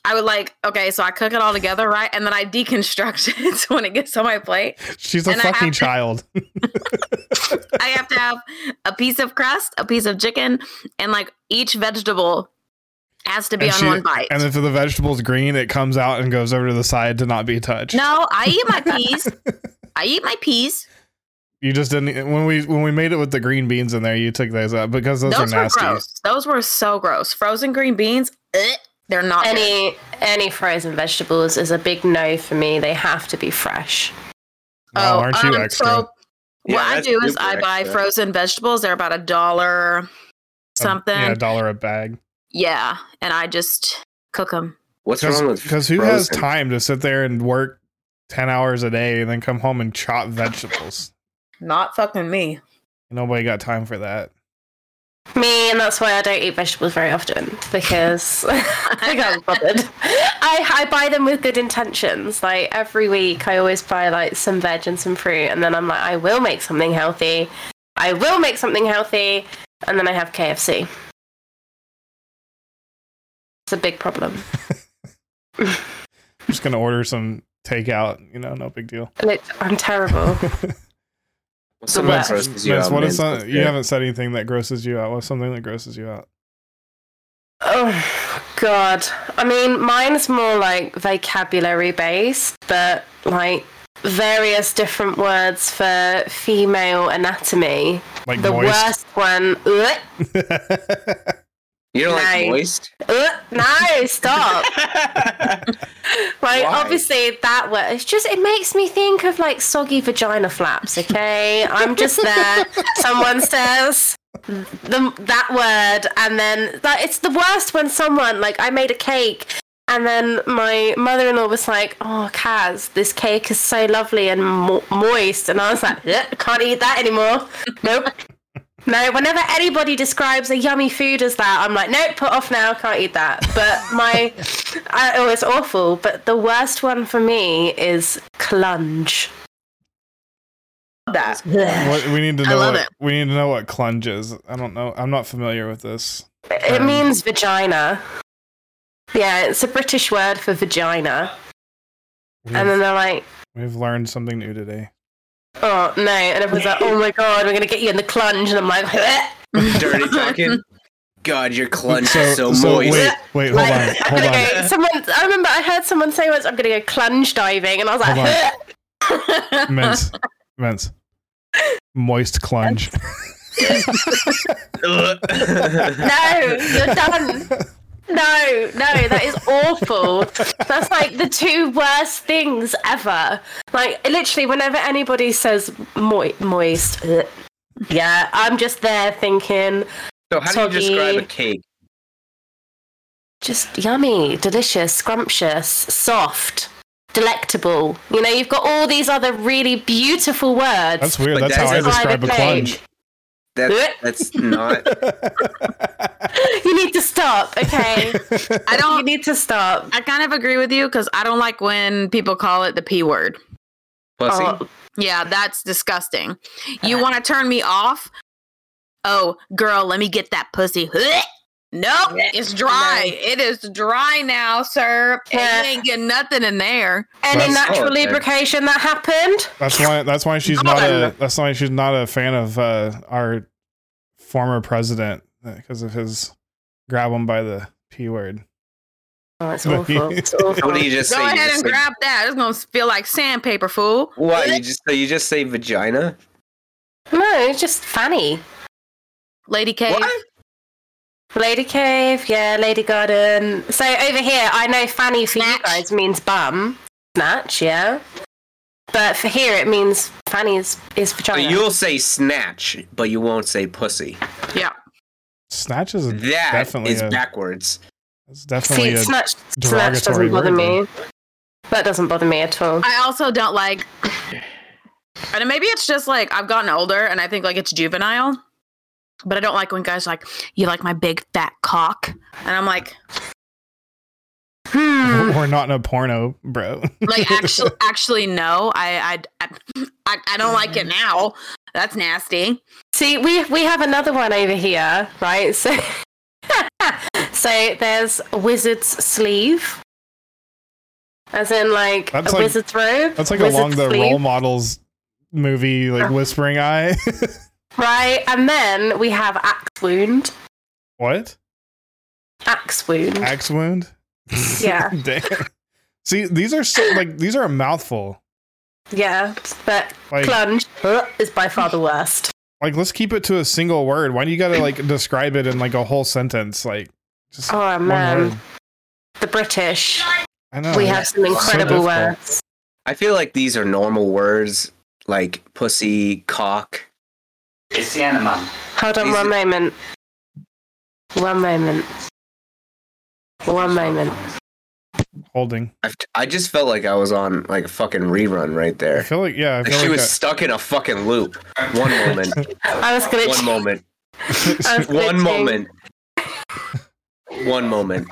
I would like okay, so I cook it all together, right? And then I deconstruct it so when it gets on my plate.
She's a
And I have
fucking
to-
child.
I have to have a piece of crust, a piece of chicken, and like each vegetable has to be
And
on
she-
one bite.
and if the vegetable's green, it comes out and goes over to the side to not be touched.
no, I eat my peas. I eat my peas.
You just didn't e, when we when we made it with the green beans in there, you took those out because those,
Those,
are
were
nasty.
gross. Those were so gross. Frozen green beans, eh, they're not good.
any any frozen vegetables is a big no for me. They have to be fresh.
Oh, aren't you
um,
extra?
So
Yeah,
what I
that's
do is
super
I buy
extra.
frozen vegetables. They're about a dollar
Um,
something.
Yeah, a dollar a bag.
Yeah, and I just cook them.
What's wrong with
Because who has
frozen?
time to sit there and work 10 hours a day and then come home and chop vegetables?
Not fucking me.
Nobody got time for that.
Me, and that's why I don't eat vegetables very often because I can't be bothered. I, I buy them with good intentions. Like every week, I always buy like some veg and some fruit, and then I'm like, I will make something healthy. I will make something healthy, and then I have KFC. It's a big problem.
I'm just going to order some takeout. You know, no big deal.
Look, I'm terrible.
What's the
Mets-
best roast you
Vince,
have,
what
man?
is some,
That's
you
good.
haven't said anything that grosses you out. What's something that grosses you out?
Oh God! I mean, mine's more like vocabulary based, but like various different words for female anatomy.
Like
The
moist.
worst one. Ugh,
You don't
Nice.
like moist?
ugh, no, Uh, stop! Like,
Why?
obviously, that word. It's just it makes me think of like soggy vagina flaps. Okay, I'm just there. Someone says. The, that word, and then like, it's the worst when someone like I made a cake And then my mother in law was like, Oh, Kaz, this cake is so lovely and mo- moist. And I was like, "Yeah, Can't eat that anymore. Nope. no, whenever anybody describes a yummy food as that, I'm like, Nope, put off now. Can't eat that. But my, I, oh, it's awful. But the worst one for me is clunge.
That
what, we need to
I
know.
love
what,
it.
We need to know what clunge is. I don't know. I'm not familiar with this.
It
Um,
means vagina. Yeah, it's a British word for vagina.
We've,
And then they're like,
we've learned something new today.
oh no. And everyone's like, oh my God, we're going to get you in the clunge. And I'm like,
Dirty talking. God, your clunge is so, moist.
wait, wait, hold
like,
on,
I'm
hold
gonna
on.
go, someone, I remember I heard someone say once, I'm going to go clunge diving. And I was like,
Hold on. Mince, mince, moist clunge.
no, you're done. No, no, that is awful. That's like the two worst things ever. Like literally, whenever anybody says mo- moist, ugh, yeah, I'm just there thinking,
so how do you
Soggy.
describe a cake?
just yummy, delicious, scrumptious, soft, delectable. You know, you've got all these other really beautiful words.
That's weird.
Like,
That's
that
how I
is a
describe a
private
clunge.
That, that's not.
You need to stop. Okay,
I
you
don't.
need to stop.
I kind of agree with you because I don't like when people call it the p word.
Pussy.
Oh,
Yeah, that's disgusting.
Uh,
You want to turn me off? Oh, girl, let me get that pussy. Nope, it's dry. It is dry now, sir.
Yeah.
You ain't getting nothing in there.
any
That's-
natural
oh, okay.
lubrication that happened?
That's why. That's why she's not a. That's why she's not a fan of uh, our former president because of his grab him by the p word.
Oh, it's awful. It's awful.
What do you just
Go
say? You
ahead
just
and
say-
grab that. It's gonna feel like sandpaper, fool.
Why you just so you just say vagina?
No, it's just Fanny.
Lady K.
What?
Lady Cave, yeah, Lady Garden. So over here, I know Fanny for you
Snatch.
guys means bum, snatch, yeah. But for here, it means Fanny is, is
So
vagina.
you'll say snatch, but you won't say pussy.
Yeah.
Snatch is a,
That is
Definitely a-
backwards.
that's definitely
See,
a,
snatch, snatch
derogatory
doesn't bother
word,
me. That doesn't bother me at all.
I also don't like and maybe it's just like I've gotten older and I think like it's juvenile. But I don't like when guys are like, you like my big fat cock. And I'm like,
Hmm.
we're not in a porno, bro.
like actually actually no. I I I, I don't like it now. That's nasty.
See, we we have another one over here, right? So, so there's a wizard's sleeve, as in like
That's
a
like-
wizard's robe.
That's like
wizard's
along the
sleeve,
role models movie, like Whispering Eye.
right? And then we have axe wound,
what?
axe wound.
Axe wound?
Yeah.
Damn. See, these are so, like these are a mouthful.
yeah, but
Like,
plunge is by far the worst.
like let's keep it to a single word. Why do you gotta like describe it in like a whole sentence? Like, just
Oh
one
man,
word.
the British,
I know.
we have some
So
incredible
difficult.
words.
I feel like these are normal words like pussy, cock.
It's the animal.
Hold on
These-
one moment. One moment. One moment.
holding.
I've, I just felt like I was on like a fucking rerun right
I
there.
feel like yeah. I
Like
feel
she
like
was
I-
stuck in a fucking loop. One moment.
I was gonna.
One moment.
I was gonna
One
change-
moment. One moment.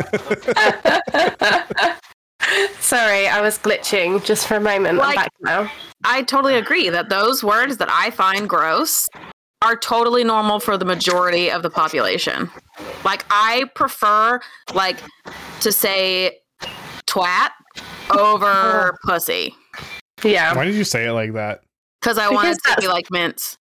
Sorry, I was glitching just for a moment. I'm
Like-
back now.
I totally agree that those words that I find gross are totally normal for the majority of the population. Like I prefer like to say twat
Oh.
over pussy
Yeah,
Why did you say it like that?
because I want
Because
it to be
that's-
like mints.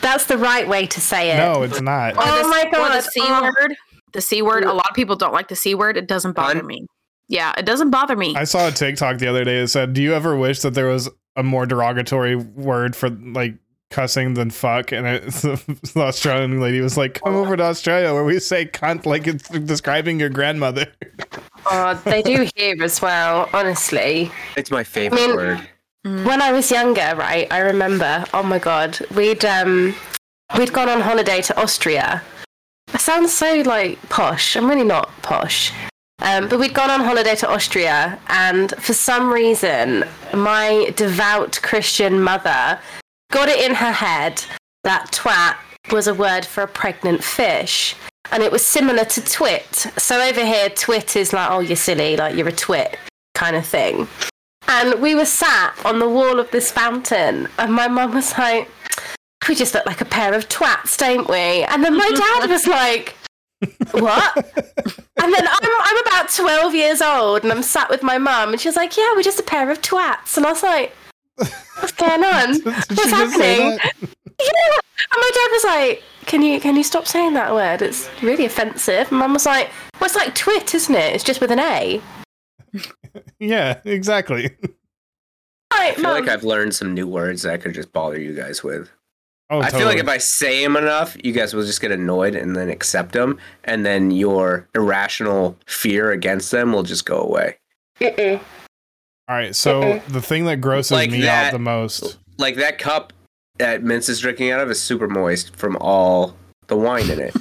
that's the right way to say it.
No, it's not.
Oh
the,
my
Or the
God,
c
oh.
word. The c word. A lot of people don't like the c word. It doesn't bother
Pun?
me. Yeah, it doesn't bother me.
I saw a TikTok the other day that said, "Do you ever wish that there was a more derogatory word for like cussing than fuck?" And it, the Australian lady was like, "Come over to Australia where we say cunt like it's describing your grandmother."
Oh, they do here as well. Honestly,
It's my favorite
I mean-
word.
Hmm.
when I was younger, right, I remember. Oh my god, we'd um, we'd gone on holiday to Austria. That sounds so like posh. I'm really not posh. Um, but we'd gone on holiday to Austria, and for some reason, my devout Christian mother got it in her head that twat was a word for a pregnant fish. And it was similar to twit. So over here, twit is like, oh, you're silly, like you're a twit kind of thing. And we were sat on the wall of this fountain, and my mum was like, we just look like a pair of twats, don't we? And then my dad was like, what? And then I'm, I'm about 12 years old and I'm sat with my mum and she's like, yeah, we're just a pair of twats. And I was like, what's going on?
Did she just say that?
yeah. And my dad was like, "Can you can you stop saying that word? It's really offensive." And Mum was like, "Well, it's like twit, isn't it? It's just with an A."
Yeah, exactly.
Right,
I feel
Mum.
like I've learned some new words that I could just bother you guys with.
Oh,
I feel like
totally.
if I say them enough, you guys will just get annoyed and then accept them, and then your irrational fear against them will just go away.
Mm-mm.
All right, so the thing that grosses
Like
me out
that.
the most.
Like that cup that Mince is drinking out of is super moist from all the wine in it.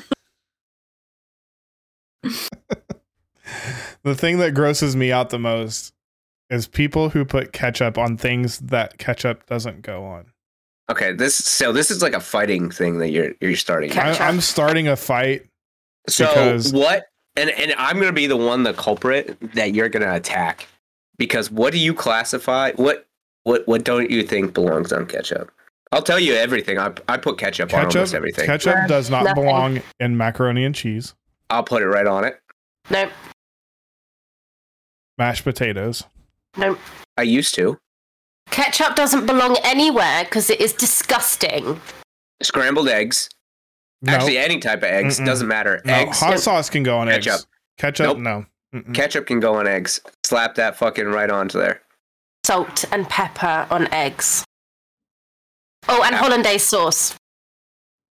The thing that grosses me out the most is people who put ketchup on things that ketchup doesn't go on.
Okay, this so this is like a fighting thing that you're you're starting.
I,
Ketchup.
I'm starting a fight.
So
Because-
what? And and I'm gonna be the one, the culprit that you're gonna attack, because what do you classify? What what what don't you think belongs on ketchup? I'll tell you everything. I I put ketchup, on almost
Ketchup,
everything.
ketchup does not
Nothing.
belong in macaroni and cheese,
I'll put it right on it.
Nope,
mashed potatoes.
nope.
I used to
Ketchup doesn't belong anywhere because it is disgusting.
scrambled eggs.
No,
Actually, any type of eggs
Mm-mm.
doesn't matter.
no.
Eggs,
hot sauce can go on eggs.
Ketchup.
Ketchup,
Nope.
no. Mm-mm.
ketchup can go on eggs. Slap that fucking right onto there.
Salt and pepper on eggs. Oh, and hollandaise sauce.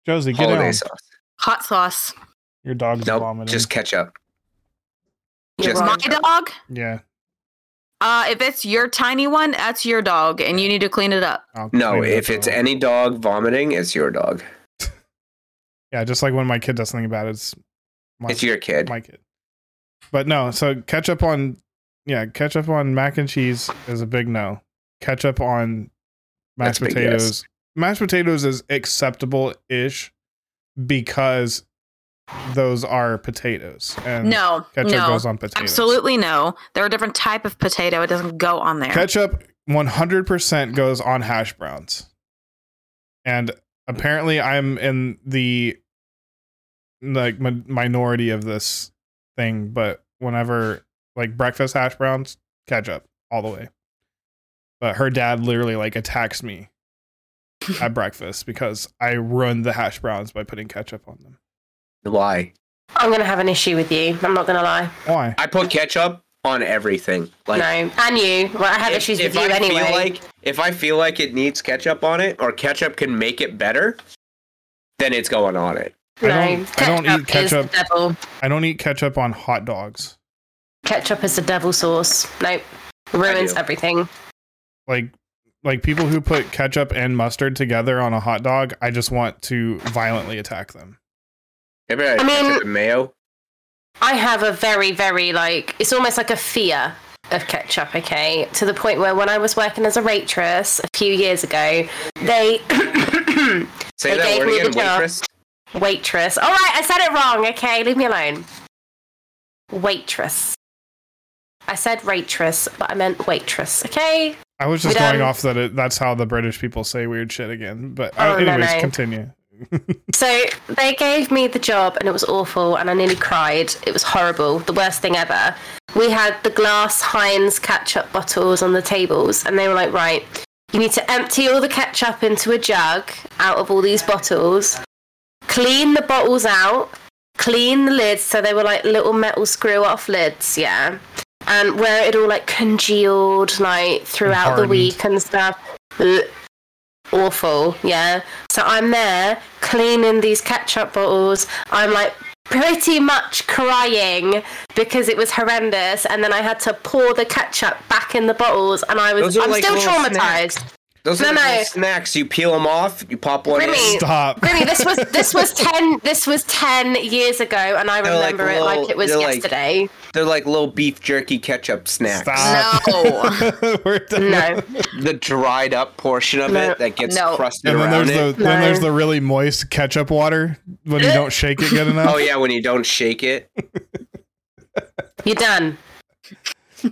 Josie, get
Holiday
down.
sauce.
Hot sauce.
Your dog's
Nope,
vomiting.
just ketchup.
You're
Just
wrong.
My dog.
yeah.
Uh, if it's your tiny one, that's your dog, and you need to clean it up.
I'll
No,
clean it
if
up
it's
later.
any dog vomiting, it's your dog.
yeah, just like when my kid does something about it, it's my,
It's your kid.
my kid. But no, so ketchup on yeah, ketchup on mac and cheese is a big no. Ketchup on mashed
That's a big
potatoes. Mashed potatoes is acceptable ish because those are potatoes. And
No,
ketchup
no,
goes on potatoes.
absolutely no. They're a different type of potato. It doesn't go on there.
Ketchup 100% goes on hash browns. And apparently I'm in the like mi- minority of this thing, but whenever like breakfast hash browns, ketchup all the way. But her dad literally like attacks me at breakfast because I ruined the hash browns by putting ketchup on them.
Why?
I'm gonna have an issue with you. I'm not gonna lie.
Why?
I put ketchup on everything. Like
no, and you. Well, I have issues with you
I
anyway.
Feel like, if I feel like it needs ketchup on it, or ketchup can make it better, then it's going on it.
I
no,
don't- I don't eat
Is
ketchup.
the devil.
I don't eat ketchup on hot dogs.
Ketchup is the devil sauce. Nope, ruins
do.
everything.
like like people who put ketchup and mustard together on a hot dog, I just want to violently attack them.
Ever had
I mean-
ketchup and mayo?
I have a very, very like it's almost like a fear of ketchup, okay? To the point where when I was working as a waitress a few years ago, they
Say
They
that
gave
word
me the
again,
job.
waitress.
waitress. All right, I said it wrong, okay? Leave me alone. Waitress. I said waitress, but I meant waitress, okay?
I was just
We don't-
going off that it, that's how the British people say weird shit again. But uh,
Oh, no,
anyways,
no.
continue.
So they gave me the job and it was awful and I nearly cried. It was horrible, the worst thing ever. We had the glass Heinz ketchup bottles on the tables and they were like, right, you need to empty all the ketchup into a jug out of all these bottles, clean the bottles out, clean the lids so they were like little metal screw off lids, yeah. And where it all like congealed like throughout the
Hardened.
week and stuff. Ugh. Awful, yeah. So I'm there cleaning these ketchup bottles. I'm like pretty much crying because it was horrendous. And then I had to pour the ketchup back in the bottles, and I was
Those are
I'm
like
still
little
traumatized.
Those are
No,
the
no.
little snacks. You peel them off, you pop one in.
Really?
Stop.
Really, this was this was ten this was ten years ago, and I
They're like
remember it
little-
like it was
they're like-
yesterday.
They're like little beef jerky ketchup snacks.
Stop.
No.
We're done.
No,
The dried up portion of
No.
it that gets
No.
crusted
And then
around
there's
it.
the then
No.
there's the really moist ketchup water when you don't shake it good enough.
Oh yeah, when you don't shake it.
you're done.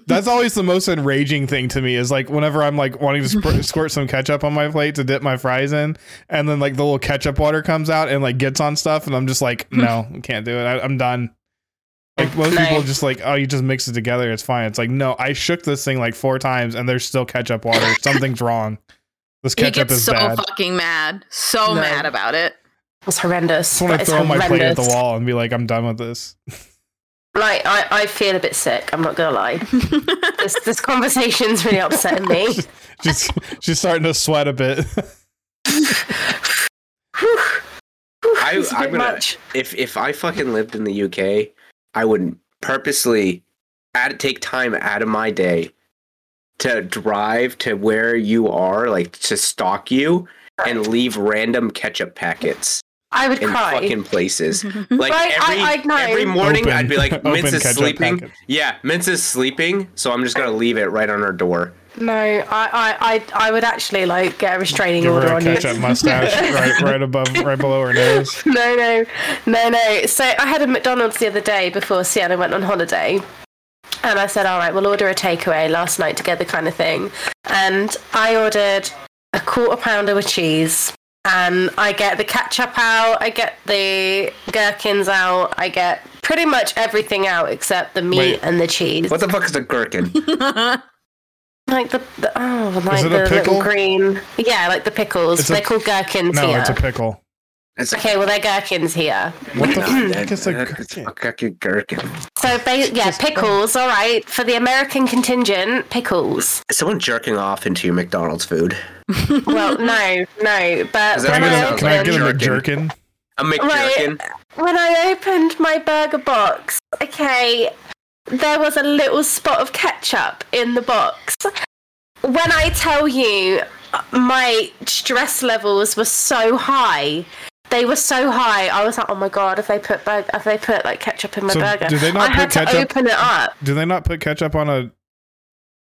That's always the most enraging thing to me is like whenever I'm like wanting to squirt, squirt some ketchup on my plate to dip my fries in, and then like the little ketchup water comes out and like gets on stuff, and I'm just like, no, I can't do it. I, I'm done. Like most
No.
people just like, oh, you just mix it together, it's fine. It's like, no, I shook this thing like four times and there's still ketchup water. Something's wrong. This
He
ketchup
gets
is
so
bad.
fucking mad, so
No.
mad about it.
It's horrendous.
I just want
That
to
is
throw my plate at the
horrendous.
wall and be like, I'm done with this.
Like I, I feel a bit sick. I'm not gonna lie. this this conversation's really upsetting me.
She's she's starting to sweat a bit.
Whew. Whew,
I-
it's a
I'm
bit
gonna-
much.
if if I fucking lived in the UK, I would purposely add, take time out of my day to drive to where you are, like to stalk you, and leave random ketchup packets
I would
in
cry.
fucking places. Like
Right, I-
every
I know.
every morning,
Open-
I'd be like,
open
Mince is
ketchup
sleeping.
packets.
Yeah, Mince is sleeping, so I'm just gonna leave it right on her door.
No, I, I, I, I would actually like get a restraining
Give
order
her a
on you.
ketchup mustache right right above right below her nose.
No, no, no, no. So I had a McDonald's the other day before Sienna went on holiday. And I said, all right, we'll order a takeaway last night together kind of thing. And I ordered a quarter pounder with cheese. And I get the ketchup out, I get the gherkins out, I get pretty much everything out except the meat
Wait.
and the cheese.
What the fuck is a gherkin?
Like the, the oh, like
it a
the
pickle?
little green. Yeah, like the pickles.
It's a-
They're called gherkins
No,
here.
it's a pickle.
It's
okay, well they're gherkins here.
What the
No,
fuck is a
that- that's
gherkin?
a fucking gherkin?
So ba- yeah, pickles. All right, for the American contingent, pickles.
Is someone jerking off into your McDonald's food?
Well, no, no. But
Is that
Can I
what it
when I,
get a,
sounds
can I get
opened,
a
Jerkin.
McJerkin?
A McJerkin?
when I opened my burger box, okay, there was a little spot of ketchup in the box. When I tell you, uh, my stress levels were so high. They were so high. I was like, "Oh my god! If they put bur- if they put like ketchup in my
So,
burger,
do they not
I had
put
to
ketchup-
open it up."
Do they not put ketchup on a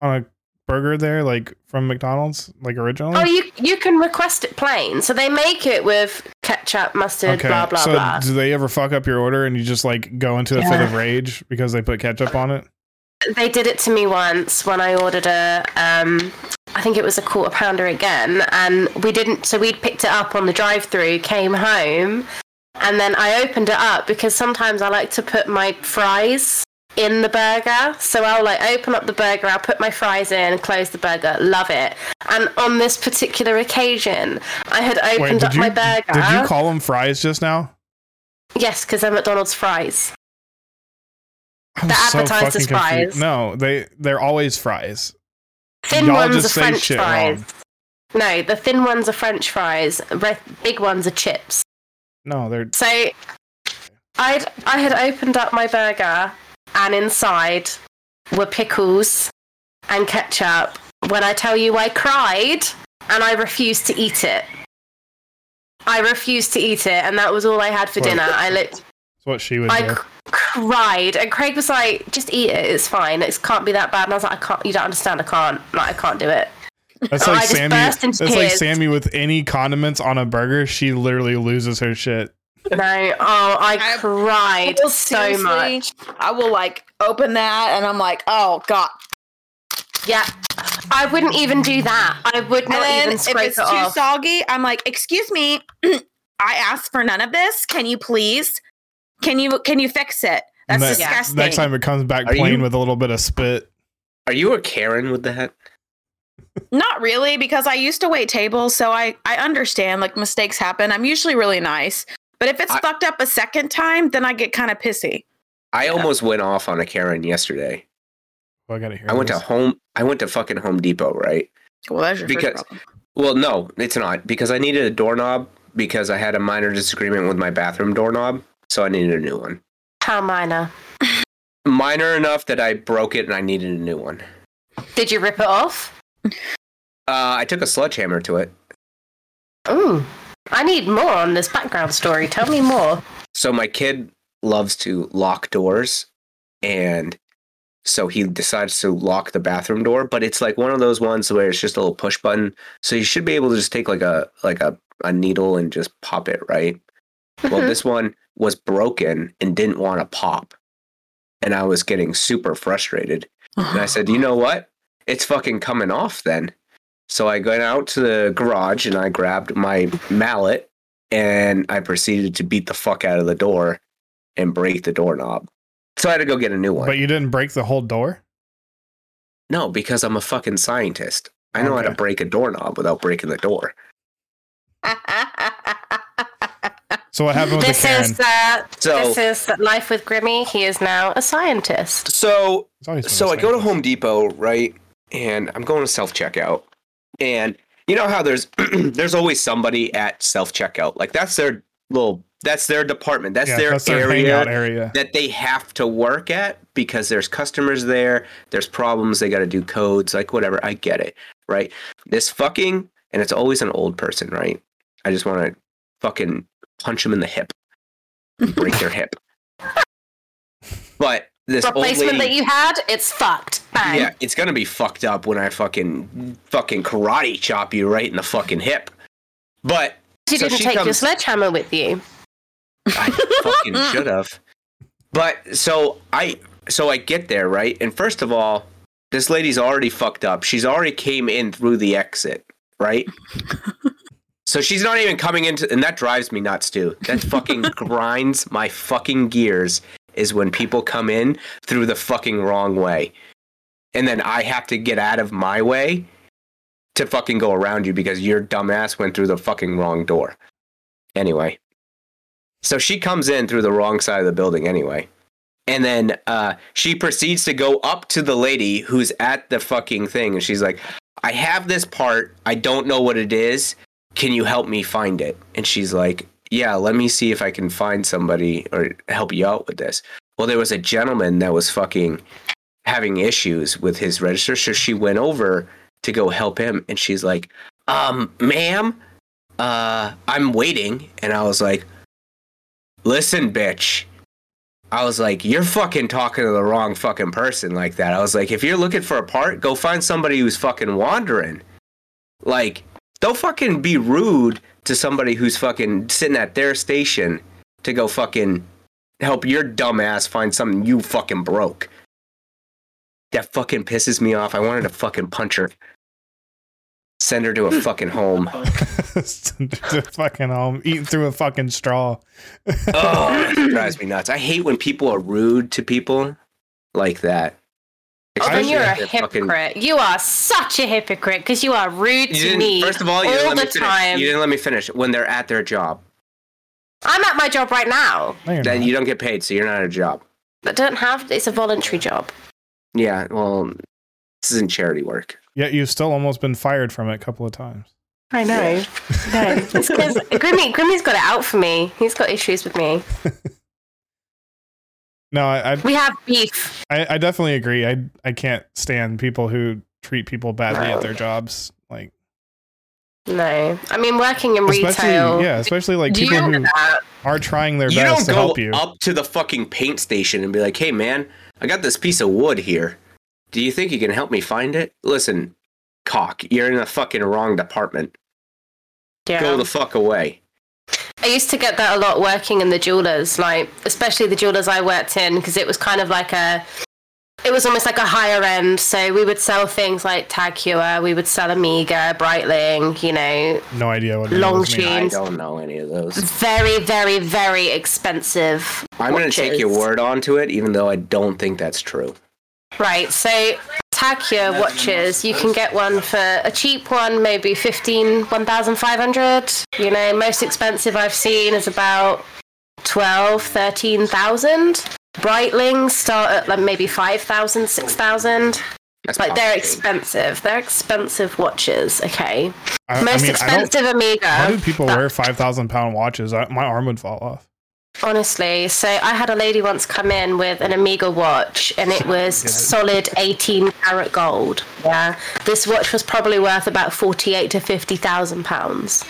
on a burger there, like from McDonald's, like originally?
Oh, you you can request it plain. So they make it with ketchup, mustard, blah blah
so
blah.
do they ever fuck up your order and you just like go into a fit of rage because they put ketchup on it?
They did it to me once when I ordered a um I think it was a quarter pounder again and we didn't so we'd picked it up on the drive through, came home and then I opened it up because sometimes I like to put my fries in the burger. So I'll like open up the burger, I'll put my fries in, close the burger, love it. And on this particular occasion, I had opened
did
up
you
my burger.
did you call them fries just now?
Yes, because they're McDonald's fries.
I'm
They're advertised
fucking
as
confused.
fries.
No, they they're always fries.
Thin
Y'all
ones
just
are
say
French
shit
fries.
wrong.
No, the thin ones are French fries. Re- big ones are chips.
No, they're
So I'd I had opened up my burger, and inside were pickles and ketchup. When I tell you, I cried and I refused to eat it. I refused to eat it, and that was all I had for
Right.
dinner. I looked
that's what she would
I
do.
c- cried, and Craig was like, "Just eat it. It's fine. It can't be that bad." And I was like, "I can't. You don't understand. I can't. Like, I can't do it."
That's
Oh,
like
I just
Sammy.
burst
That's
into
like
tears.
Sammy with any condiments on a burger. She literally loses her shit.
No. Oh, I,
I-
cried
Well,
so
seriously,
much.
I will like open that and I'm like, oh god.
Yeah, I wouldn't even do that. I would
And
not
then
even
if
scrape
it's
it
too
off.
soggy, I'm like, excuse me, I asked for none of this. Can you please? Can you can you fix it? That's
And that-
disgusting.
Next time it comes back
Are
plain
you-
with a little bit of spit.
Are you a Karen with that?
Not really, because I used to wait tables, so I I understand like mistakes happen. I'm usually really nice, but if it's
I-
fucked up a second time, then I get kind of pissy.
I almost went off on a Karen yesterday.
Oh, I gotta hear.
I went to
this.
home. I went to fucking Home Depot, right?
Well, that's your first
Because-
problem.
Well, no, it's not because I needed a doorknob because I had a minor disagreement with my bathroom doorknob, so I needed a new one.
How minor?
Minor enough that I broke it and I needed a new one.
Did you rip it off?
Uh, I took a sledgehammer to it.
Ooh, I need more on this background story. Tell me more.
So my kid loves to lock doors, and so he decides to lock the bathroom door. But it's like one of those ones where it's just a little push button, so you should be able to just take like a like a, a needle and just pop it, right? Well, this one was broken and didn't want to pop, and I was getting super frustrated. And I said, you know what? It's fucking coming off then. So I went out to the garage and I grabbed my mallet and I proceeded to beat the fuck out of the door and break the doorknob. So I had to go get a new one.
But you didn't break the whole door?
no, because I'm a fucking scientist. I know how
Okay.
to break a doorknob without breaking the door.
So what happened with
This
the Karen?
is uh,
So,
this is life with Grimmy. He is now a scientist.
so
It's always been
So
the
I
same.
go to Home Depot, right? And I'm going to self checkout. And you know how there's there's always somebody at self checkout. Like that's their little that's their department. That's
Yeah,
their
that's their
area
hangout area.
that they have to work at because there's customers there, there's problems, they got to do codes, like whatever. I get it, right? This fucking, and it's always an old person, right? I just want to fucking punch them in the hip, break their hip. But this old
Replacement
lady,
that you had, it's fucked. Bang.
yeah, it's gonna be fucked up when I fucking fucking karate chop you right in the fucking hip. But
You
So
didn't
she
take your
comes-
sledgehammer with you.
I fucking should have. But so I so I get there, right? And first of all, this lady's already fucked up. She's already came in through the exit, right? so she's not even coming into and that drives me nuts too. That fucking grinds my fucking gears is when people come in through the fucking wrong way. And then I have to get out of my way to fucking go around you because your dumbass went through the fucking wrong door. Anyway. So she comes in through the wrong side of the building anyway. And then uh, she proceeds to go up to the lady who's at the fucking thing. And she's like, I have this part. I don't know what it is. Can you help me find it? And she's like, Yeah, let me see if I can find somebody or help you out with this. Well, there was a gentleman that was fucking having issues with his register. So she went over to go help him. And she's like, Um, ma'am, uh, I'm waiting. And I was like, listen, bitch. I was like, you're fucking talking to the wrong fucking person like that. I was like, if you're looking for a part, go find somebody who's fucking wandering. Like, don't fucking be rude to somebody who's fucking sitting at their station to go fucking help your dumbass find something you fucking broke. That fucking pisses me off. I wanted to fucking punch her. Send her to a fucking home.
to fucking home, eating through a fucking straw.
oh, it drives me nuts. I hate when people are rude to people like that.
Oh, then
Especially
you're a
if they're fucking-
hypocrite. You are such a hypocrite because you are rude
You
to
didn't-
me
first of all, you
all
didn't let
the
me finish.
time.
You didn't let me finish when they're at their job.
I'm at my job right now.
No, you're
That
not.
you don't get paid, so you're not at a job.
I don't have. It's a voluntary job.
Yeah, well, this isn't charity work.
Yet you've still almost been fired from it a couple of times.
I know. No, it's because Grimmy, Grimmy's got it out for me. He's got issues with me.
No, I, I,
We have beef.
I, I definitely agree. I, I can't stand people who treat people badly at their jobs. Like,
No, I mean working in
especially,
retail.
yeah, especially like
Do
people
you-
who are trying their
You
best
don't
to
go
help you.
up to the fucking paint station and be like, "Hey, man, I got this piece of wood here. Do you think you can help me find it?" Listen, cock, you're in the fucking wrong department.
Yeah.
Go the fuck away.
I used to get that a lot working in the jewelers, like especially the jewelers I worked in, because it was kind of like a, it was almost like a higher end. So we would sell things like Tag Heuer, we would sell Amiga, Breitling, you know,
No idea what
Long
long
cheek.
I
James-
don't know any of those.
very, very, very expensive.
I'm going to take your
watches.
word onto it, even though I don't think that's true.
Right. So Tag Heuer watches, you can get one for a cheap one, maybe 15, 1,500. You know, most expensive I've seen is about 12, 13,000. Breitlings start at like maybe 5,000, 6,000.
That's
Like they're
bullshit.
expensive. They're expensive watches, okay?
I, I
Most
mean, I don't.
expensive Amiga.
Why do people wear five thousand pound watches? I, my arm would fall off.
Honestly, so I had a lady once come in with an Amiga watch and it was solid 18 karat gold. Yeah. This watch was probably worth about 48 to 50,000 pounds.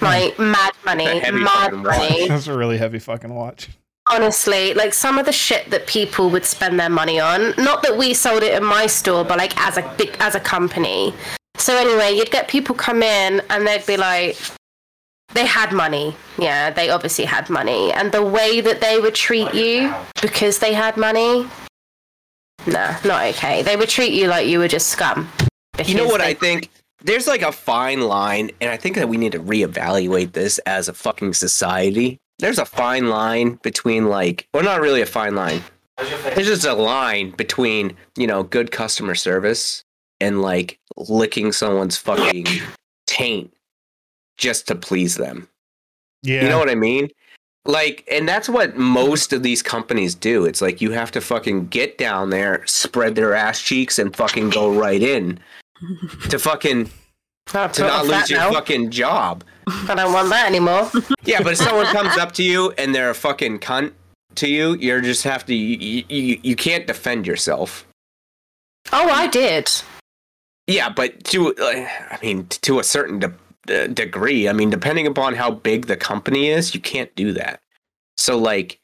Like mad money,
That's a heavy
mad
fucking watch.
money.
That's a really heavy fucking watch.
Honestly, like some of the shit that people would spend their money on. Not that we sold it in my store, but like as a big as a company. So anyway, you'd get people come in and they'd be like they had money. Yeah, they obviously had money. And the way that they would treat you because they had money, nah, not okay. They would treat you like you were just scum.
You know
because
what
they-
I think? There's like a fine line, and I think that we need to reevaluate this as a fucking society. There's a fine line between like, well, not really a fine line.
How's your face?
There's just a line between, you know, good customer service and like licking someone's fucking taint just to please them.
Yeah.
You know what I mean? Like, and that's what most of these companies do. It's like you have to fucking get down there, spread their ass cheeks, and fucking go right in to fucking to not lose your fucking job.
I don't want that anymore.
Yeah, but if someone comes up to you and they're a fucking cunt to you, you're just have to you, you, you can't defend yourself.
Oh, I did.
Yeah, but to uh, I mean to a certain de- uh, degree, I mean depending upon how big the company is, you can't do that. So like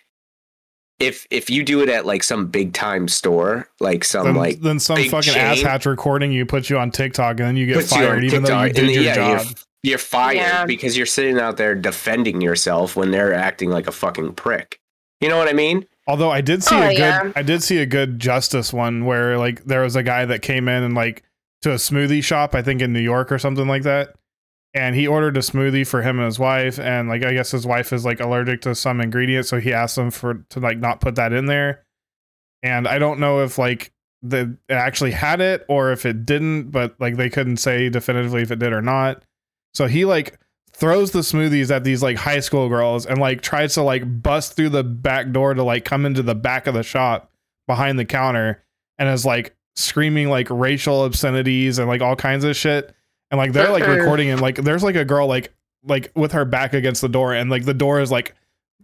if if you do it at like some big time store, like some
then,
like
then some
big
fucking
chain.
asshat recording you puts you on TikTok and then you get
puts you on
fired even though you
TikTok,
did
and
your
yeah,
job.
you're, you're fired
Yeah.
because you're sitting out there defending yourself when they're acting like a fucking prick. You know what I mean?
Although I did see
Oh,
a good
yeah.
I did see a good justice one where like there was a guy that came in and like to a smoothie shop, I think in New York or something like that. And he ordered a smoothie for him and his wife, and like I guess his wife is like allergic to some ingredient, so he asked them for to like not put that in there. And I don't know if like the it actually had it or if it didn't, but like they couldn't say definitively if it did or not. So he like throws the smoothies at these like high school girls and like tries to like bust through the back door to like come into the back of the shop behind the counter and is like screaming like racial obscenities and like all kinds of shit and like they're like
Uh-uh.
recording and like there's like a girl like like with her back against the door and like the door is like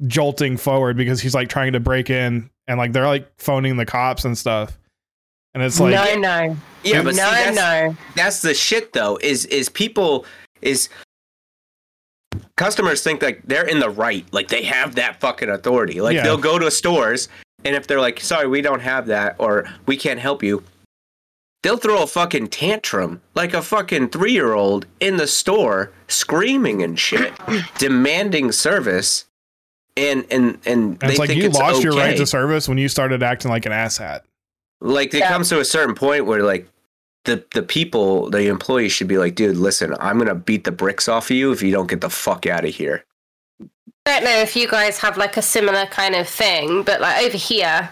jolting forward because he's like trying to break in and like they're like phoning the cops and stuff and it's like
no, no,
Yeah, but see,
no,
that's-
no.
that's the shit though is is people is customers think like they're in the right like they have that fucking authority like
Yeah.
they'll go to stores and if they're like sorry we don't have that or we can't help you they'll throw a fucking tantrum like a fucking three-year-old in the store screaming and shit demanding service and and and
and
they
it's like
think
you
it's
lost
okay.
your right to service when you started acting like an asshat
like it
Yeah.
comes to a certain point where like the the people the employees should be like dude listen i'm gonna beat the bricks off of you if you don't get the fuck out of here
I don't know if you guys have like a similar kind of thing, but like over here,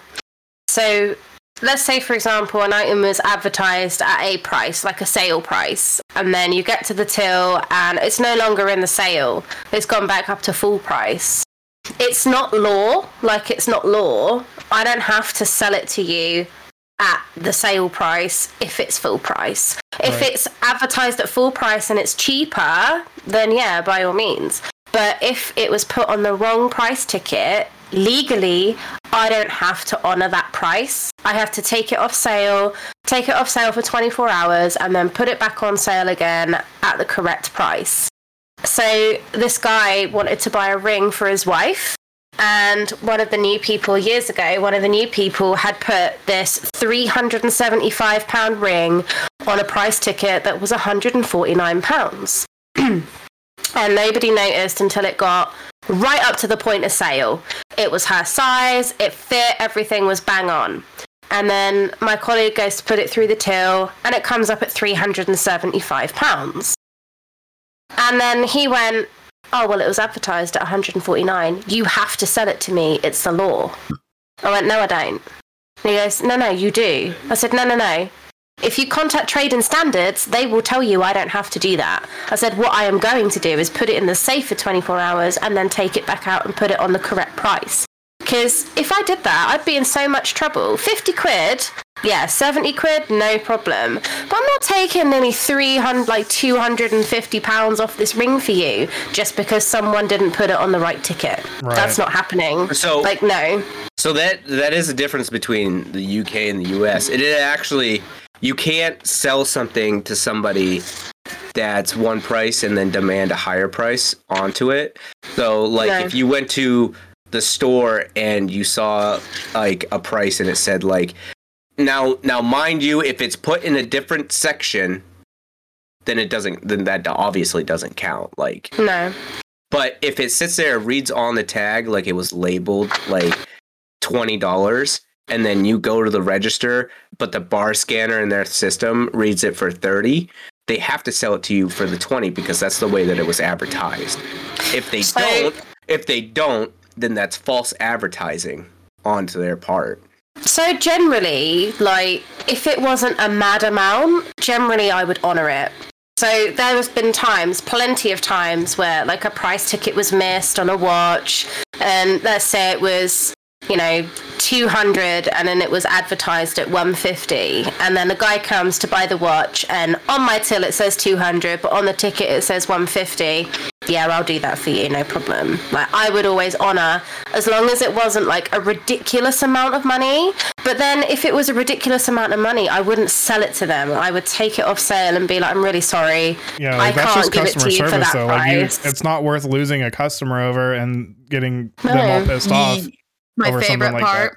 so let's say for example an item was advertised at a price, like a sale price, and then you get to the till and it's no longer in the sale; it's gone back up to full price. It's not law, like it's not law. I don't have to sell it to you at the sale price if it's full price. If
Right.
it's advertised at full price and it's cheaper, then yeah, by all means. But if it was put on the wrong price ticket, legally, I don't have to honor that price. I have to take it off sale, take it off sale for 24 hours, and then put it back on sale again at the correct price. So this guy wanted to buy a ring for his wife. And one of the new people years ago, one of the new people had put this £375 ring on a price ticket that was £149 and nobody noticed until it got right up to the point of sale. It was her size, it fit, everything was bang on. And then my colleague goes to put it through the till, and it comes up at £375. And then he went, Oh, well, it was advertised at 149 You have to sell it to me. It's the law. I went, No, I don't. And he goes, No, no, you do. I said, No, no, no. If you contact Trade and Standards, they will tell you I don't have to do that. I said, what I am going to do is put it in the safe for 24 hours and then take it back out and put it on the correct price. Because if I did that, I'd be in so much trouble. 50 quid, yeah, 70 quid, no problem. But I'm not taking nearly 300, like 250 pounds off this ring for you just because someone didn't put it on the right ticket.
Right.
That's not happening.
So-
like, no.
so that that is the difference between the uk and the us it is actually you can't sell something to somebody that's one price and then demand a higher price onto it so like
No.
if you went to the store and you saw like a price and it said like now now mind you if it's put in a different section then it doesn't then that obviously doesn't count like
No.
but if it sits there and reads on the tag like it was labeled like twenty dollars, and then you go to the register, but the bar scanner in their system reads it for thirty, they have to sell it to you for the twenty because that's the way that it was advertised. If they
So-
don't, if they don't, then that's false advertising onto their part.
So generally, like if it wasn't a mad amount, generally I would honor it. So there has been times, plenty of times, where like a price ticket was missed on a watch, and let's say it was you know 200 and then it was advertised at 150 and then the guy comes to buy the watch and on my till it says 200 but on the ticket it says 150 yeah i'll do that for you no problem like i would always honor as long as it wasn't like a ridiculous amount of money but then if it was a ridiculous amount of money i wouldn't sell it to them i would take it off sale and be like i'm really sorry
Yeah,
I
like, that's
can't
just
give it
customer
to you for
service
that
though. Like you,
price.
it's not worth losing a customer over and getting them all
No.
pissed off.
My
Over something
favorite
like
part.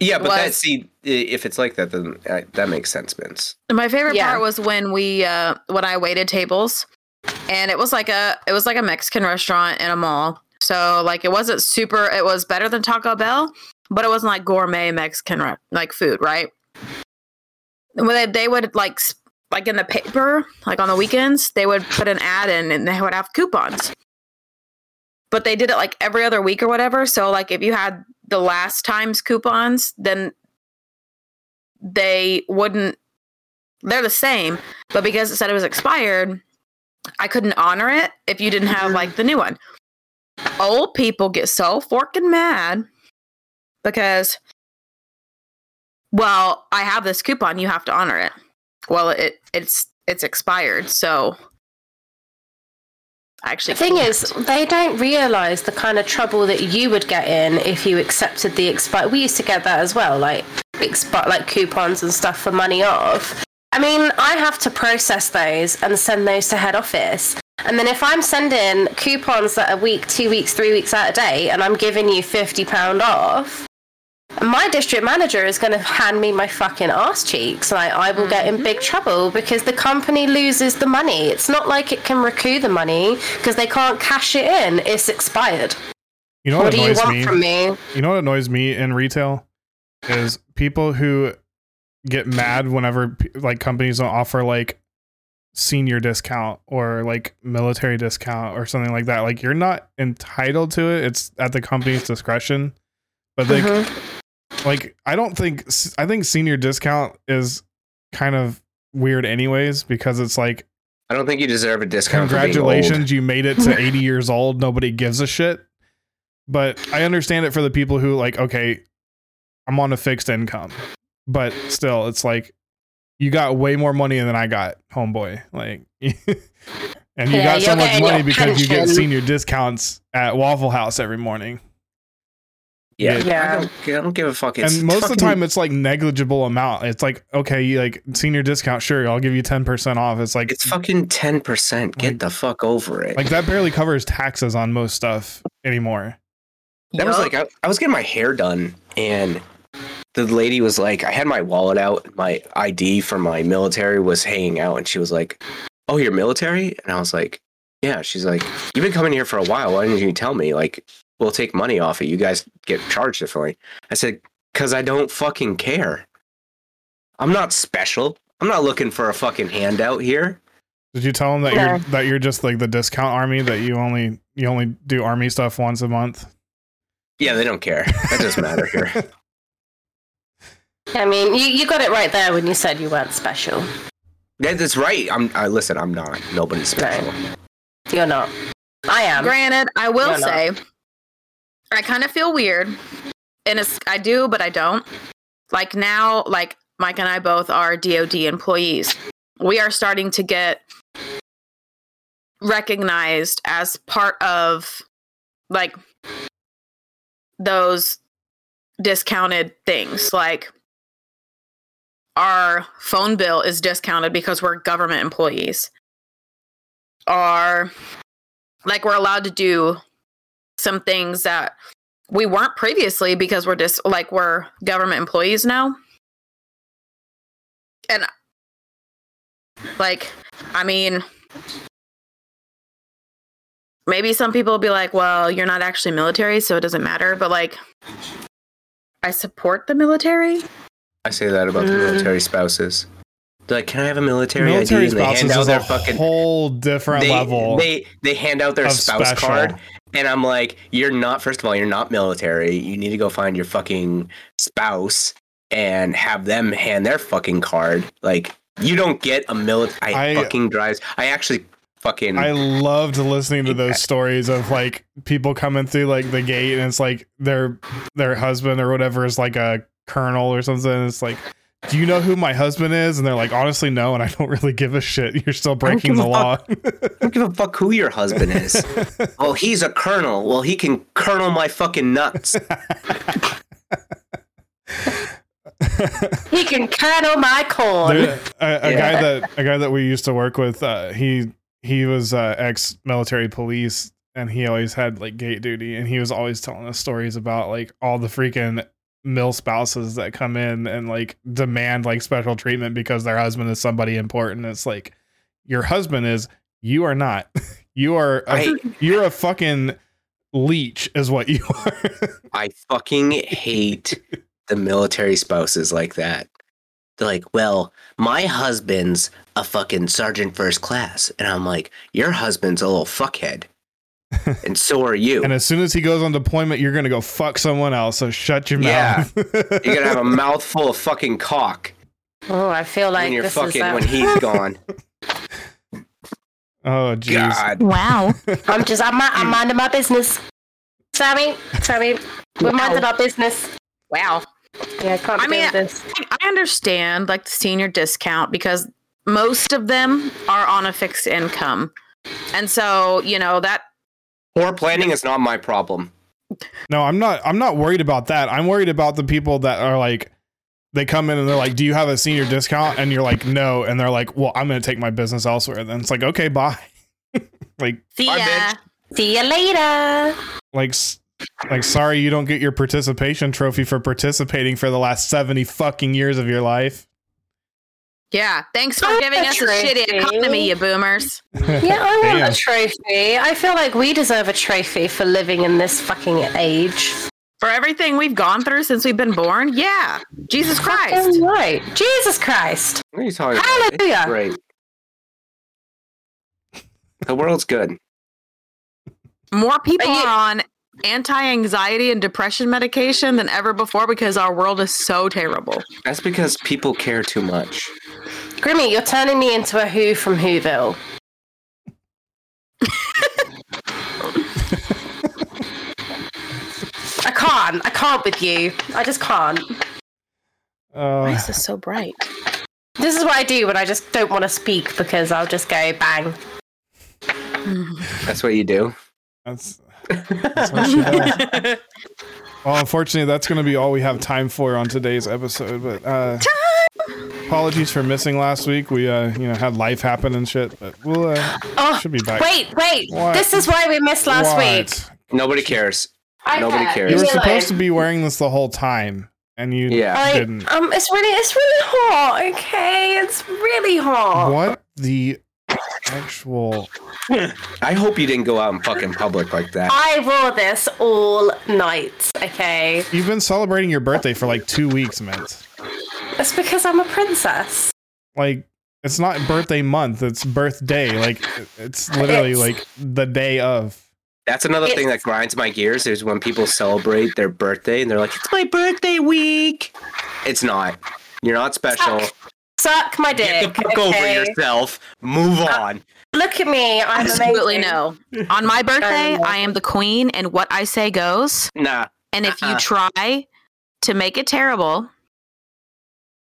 Yeah, but that
Was-
see, i- if it's like that, then uh, that makes sense, Vince.
My favorite
Yeah.
part was when we uh when I waited tables and it was like a it was like a Mexican restaurant in a mall. So like it wasn't super it was better than Taco Bell, but it wasn't like gourmet Mexican re- like food, right? Well, they, they would like s- like in the paper, like on the weekends, they would put an ad in and they would have coupons. But they did it like every other week or whatever. So like if you had the last time's coupons, then they wouldn't they're the same, but because it said it was expired, I couldn't honor it if you didn't have like the new one. Old people get so forking mad because, well, I have this coupon, you have to honor it. Well, it it's it's expired, so I actually
The thing
can't.
is, they don't realise the kind of trouble that you would get in if you accepted the expire. We used to get that as well, like expi- like coupons and stuff for money off. I mean, I have to process those and send those to head office. And then if I'm sending coupons that are week, two weeks, three weeks out of date, and I'm giving you fifty pound off, my district manager is going to hand me my fucking ass cheeks. Like, I will get
Mm-hmm.
in big trouble because the company loses the money. It's not like it can recoup the money because they can't cash it in. It's expired.
You know
What
what,
do you
annoys
want
me?
from me?
You know what annoys me in retail is people who get mad whenever p- like companies don't offer like senior discount or like military discount or something like that. Like you're not entitled to it. It's at the company's discretion. But like
Mhm.
like I don't think s- I think senior discount is kind of weird anyways because it's like
I don't think you deserve a discount. For being
congratulations you made it to 80 years old nobody gives a shit but i understand it for the people who like okay i'm on a fixed income but still it's like you got way more money than i got homeboy like and you
Yeah,
got so
you're
much
getting
money
your
because you get
pension.
senior discounts at waffle house every morning
old. Yeah,
Yeah.
I don't, I don't give a fuck. It's
and most of the
fucking-
time it's like negligible amount it's like okay you like senior discount sure i'll give you 10% off it's like
it's fucking ten percent. Get the fuck over it.
like that barely covers taxes on most stuff anymore
That was
Yup.
like I, I was getting my hair done, and the lady was like, I had my wallet out, my ID for my military was hanging out, and she was like, "Oh, you're military?" And I was like, "Yeah." She's like, "You've been coming here for a while. Why didn't you tell me? Like, we'll take money off it. You guys get charged differently." I said, "Cause I don't fucking care. I'm not special. I'm not looking for a fucking handout here."
Did you tell them that
No.
you're that you're just like the discount army that you only you only do army stuff once a month?
Yeah, they don't care. That doesn't matter here.
I mean, you, you got it right there when you said you weren't special.
That- That's right. I'm. I listen. I'm not. Nobody's special.
You're not. I am.
Granted, I will
No, no.
say, I kind of feel weird, and it's I do, but I don't. Like now, like Mike and I both are DoD employees. We are starting to get recognized as part of like those discounted things. Like our phone bill is discounted because we're government employees. Our like we're allowed to do some things that we weren't previously because we're just like we're government employees now and like i mean maybe some people will be like well you're not actually military so it doesn't matter but like i support the military
I say that about the
Mm.
military spouses. They're like, can I have a military,
Military
ID? And they hand
spouses
out
is
their
a
fucking
whole different
they,
level.
They they hand out their
of
spouse
special.
card, and I'm like, you're not. First of all, you're not military. You need to go find your fucking spouse. and have them hand their fucking card. Like you don't get a millet. I,
I-
fucking drives. I actually fucking
I loved listening to those stories of like people coming through like the gate and it's like their their husband or whatever is like a colonel or something. It's like, do you know who my husband is? And they're like, honestly, no, and I don't really give a shit. You're still breaking
give
the
a
law.
don't give a fuck who your husband is. well, he's a colonel. Well, he can colonel my fucking nuts.
He can kernel my corn.
There- a, a
Yeah.
guy that a guy that we used to work with, uh, he he was uh, ex military police, and he always had like gate duty, and he was always telling us stories about like all the freaking mill spouses that come in and like demand like special treatment because their husband is somebody important. It's like your husband is, you are not. You are a,
I-
you're a fucking leech, is what you are.
I fucking hate the military spouses like that. They're like, well, my husband's a fucking sergeant first class. And I'm like, your husband's a little fuckhead. And so are you.
and as soon as he goes on deployment, you're gonna go fuck someone else. So shut your
Yeah.
mouth.
You're going to have a mouthful of fucking cock
Oh, I feel like
when you're
this is
fucking,
that.
when he's gone.
Oh jeez.
God.
Wow.
I'm just, I'm, I'm minding my business. Sammy, Sammy, we're minding our business.
Wow.
Yeah, I can't
I
I
mean,
mean, this.
I understand like the senior discount because most of them are on a fixed income. And so, you know, that
Poor planning is not my problem.
No, I'm not I'm not worried about that. I'm worried about the people that are like they come in and they're like, "Do you have a senior discount?" and you're like, "No." And they're like, "Well, I'm going to take my business elsewhere." Then it's like, "Okay, bye." like
the
Bye,
uh,
bitch.
See you later.
like s- like sorry you don't get your participation trophy for participating for the last 70 fucking years of your life.
yeah, thanks for giving us a shitty economy, you boomers.
Yeah, I want
Damn.
a trophy. I feel like we deserve a trophy for living in this fucking age.
For everything we've gone through since we've been born. Yeah. Jesus Christ.
Fucking right. Jesus Christ.
What are you talking about? It's
Hallelujah.
Great. The world's good.
More people
Are you-
are on anti-anxiety and depression medication than ever before because our world is so terrible.
That's because people care too much.
Grimmy, you're turning me into a Who from Whoville. I can't. I can't with you. I just can't.
Why
Uh,
is this so bright?
This is what I do when I just don't want to speak because I'll just go bang.
That's what you do.
that's, that's what she does. Well, unfortunately, that's going to be all we have time for on today's episode. But uh, apologies for missing last week. We, uh, you know, had life happen and shit. But we'll uh,
Oh,
should be back.
wait, wait.
What?
This is why we missed last
What?
week.
Nobody cares.
I
Nobody
care.
cares.
You were
Realize-
supposed to be wearing this the whole time, and you
Yeah.
I,
didn't.
um, it's really, it's really hot. Okay, it's really hot.
What the actual?
I hope you didn't go out in fucking public like that.
I wore this all night. Okay,
You've been celebrating your birthday for like two weeks, man.
it's because I'm a princess.
Like. It's not birthday month, it's birthday. Like it's literally
It's-
like the day of.
That's another
It's-
thing that grinds my gears is when people celebrate their birthday and they're like, "It's my birthday week." It's not. You're not special.
Suck, suck my
Get the
dick.
fuck
okay? Uh,
over yourself. Move on.
Look at me. I'm
Absolutely
amazing.
no. On my birthday,
no.
I am the queen, and what I say goes.
Nah,
And if you
Uh-uh.
try to make it terrible,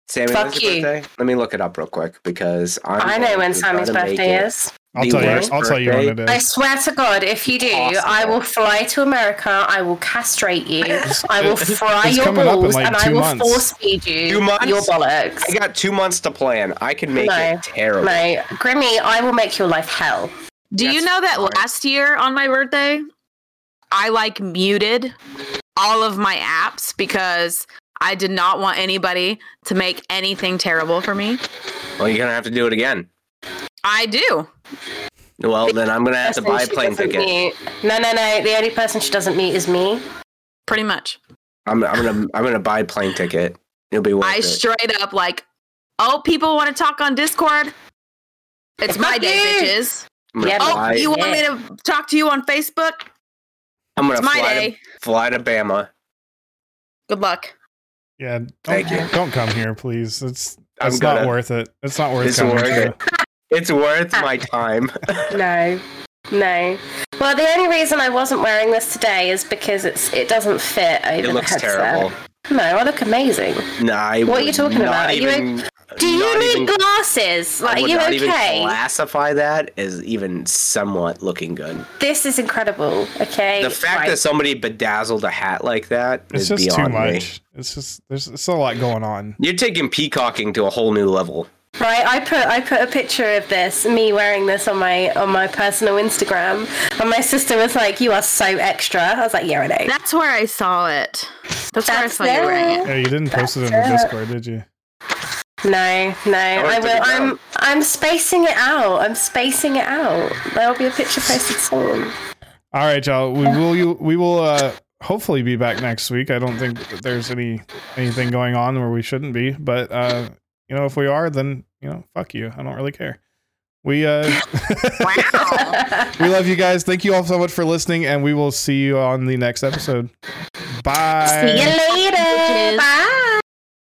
Sammy.
Fuck
when's your
you.
birthday? Let me look it up real quick because I'm
I know
going
when
to
Sammy's
try to make
birthday
it-
is.
I'll
The
tell you
worst
I'll tell you when it
birthday.
I
is.
swear to God, if you do, I
Possible.
will fly to America. I will castrate you. I will fry
It's
your
coming up in
balls,
like
and I
two
will
months.
force feed you
Two months?
your bollocks.
I got two months to plan. I can make
No.
it terrible.
No, Grimmy, I will make your life hell.
do you
That's
know that
fine.
last year on my birthday, I like muted all of my apps because I did not want anybody to make anything terrible for me.
Well, you're gonna have to do it again.
I do.
Well, then I'm gonna have to
Person
buy a
she
plane
doesn't
ticket.
meet- No, no, no. The only person she doesn't meet is me.
Pretty much.
I'm, I'm gonna I'm gonna buy a plane ticket. It'll be worth
I
it.
straight up like, oh, people want to talk on Discord. It's my
Fuck
day,
you.
bitches.
I'm gonna
Yeah, but-
Oh,
fly,
you want me
Yeah.
to talk to you on Facebook?
I'm gonna
It's my
fly
day.
to, fly to Bama.
Good luck.
Yeah,
Thank
don't, don't come here, please. It's
I'm
it's not
gonna-
worth it. It's not worth
It's
coming.
worth
to.
it. It's worth
Ah.
my time.
No, no. Well, the only reason I wasn't wearing this today is because it's it doesn't fit over
It
the
looks
headset.
terrible.
No, I look amazing.
Nah, I
What are you
would
talking
not
about? Are you
Even,
Do you
not
need
even-
glasses?
I
Like, are
would
you
not even
okay?
classify that as even somewhat looking good.
This is incredible. Okay.
The fact
Right.
that somebody bedazzled a hat like that
It's
is
just too
beyond me.
much. It's just there's it's a lot going on.
You're taking peacocking to a whole new level.
Right, I put I put a picture of this, me wearing this on my on my personal Instagram, and my sister was like, "You are so extra." I was like, "Yeah, I know."
That's where I saw it. That's, where I
That's
saw you wearing it.
Yeah, you didn't post it in the
That's it.
Discord, did you?
No, no,
already
I
took
will.
it down.
I'm I'm spacing it out. I'm spacing it out. There'll be a picture posted soon.
All right, y'all. We will you we will uh hopefully be back next week. I don't think that there's any anything going on where we shouldn't be, but uh you know if we are then, you know, fuck you. I don't really care. We uh
Wow.
we love you guys. Thank you all so much for listening and we will see you on the next episode. Bye.
See you later.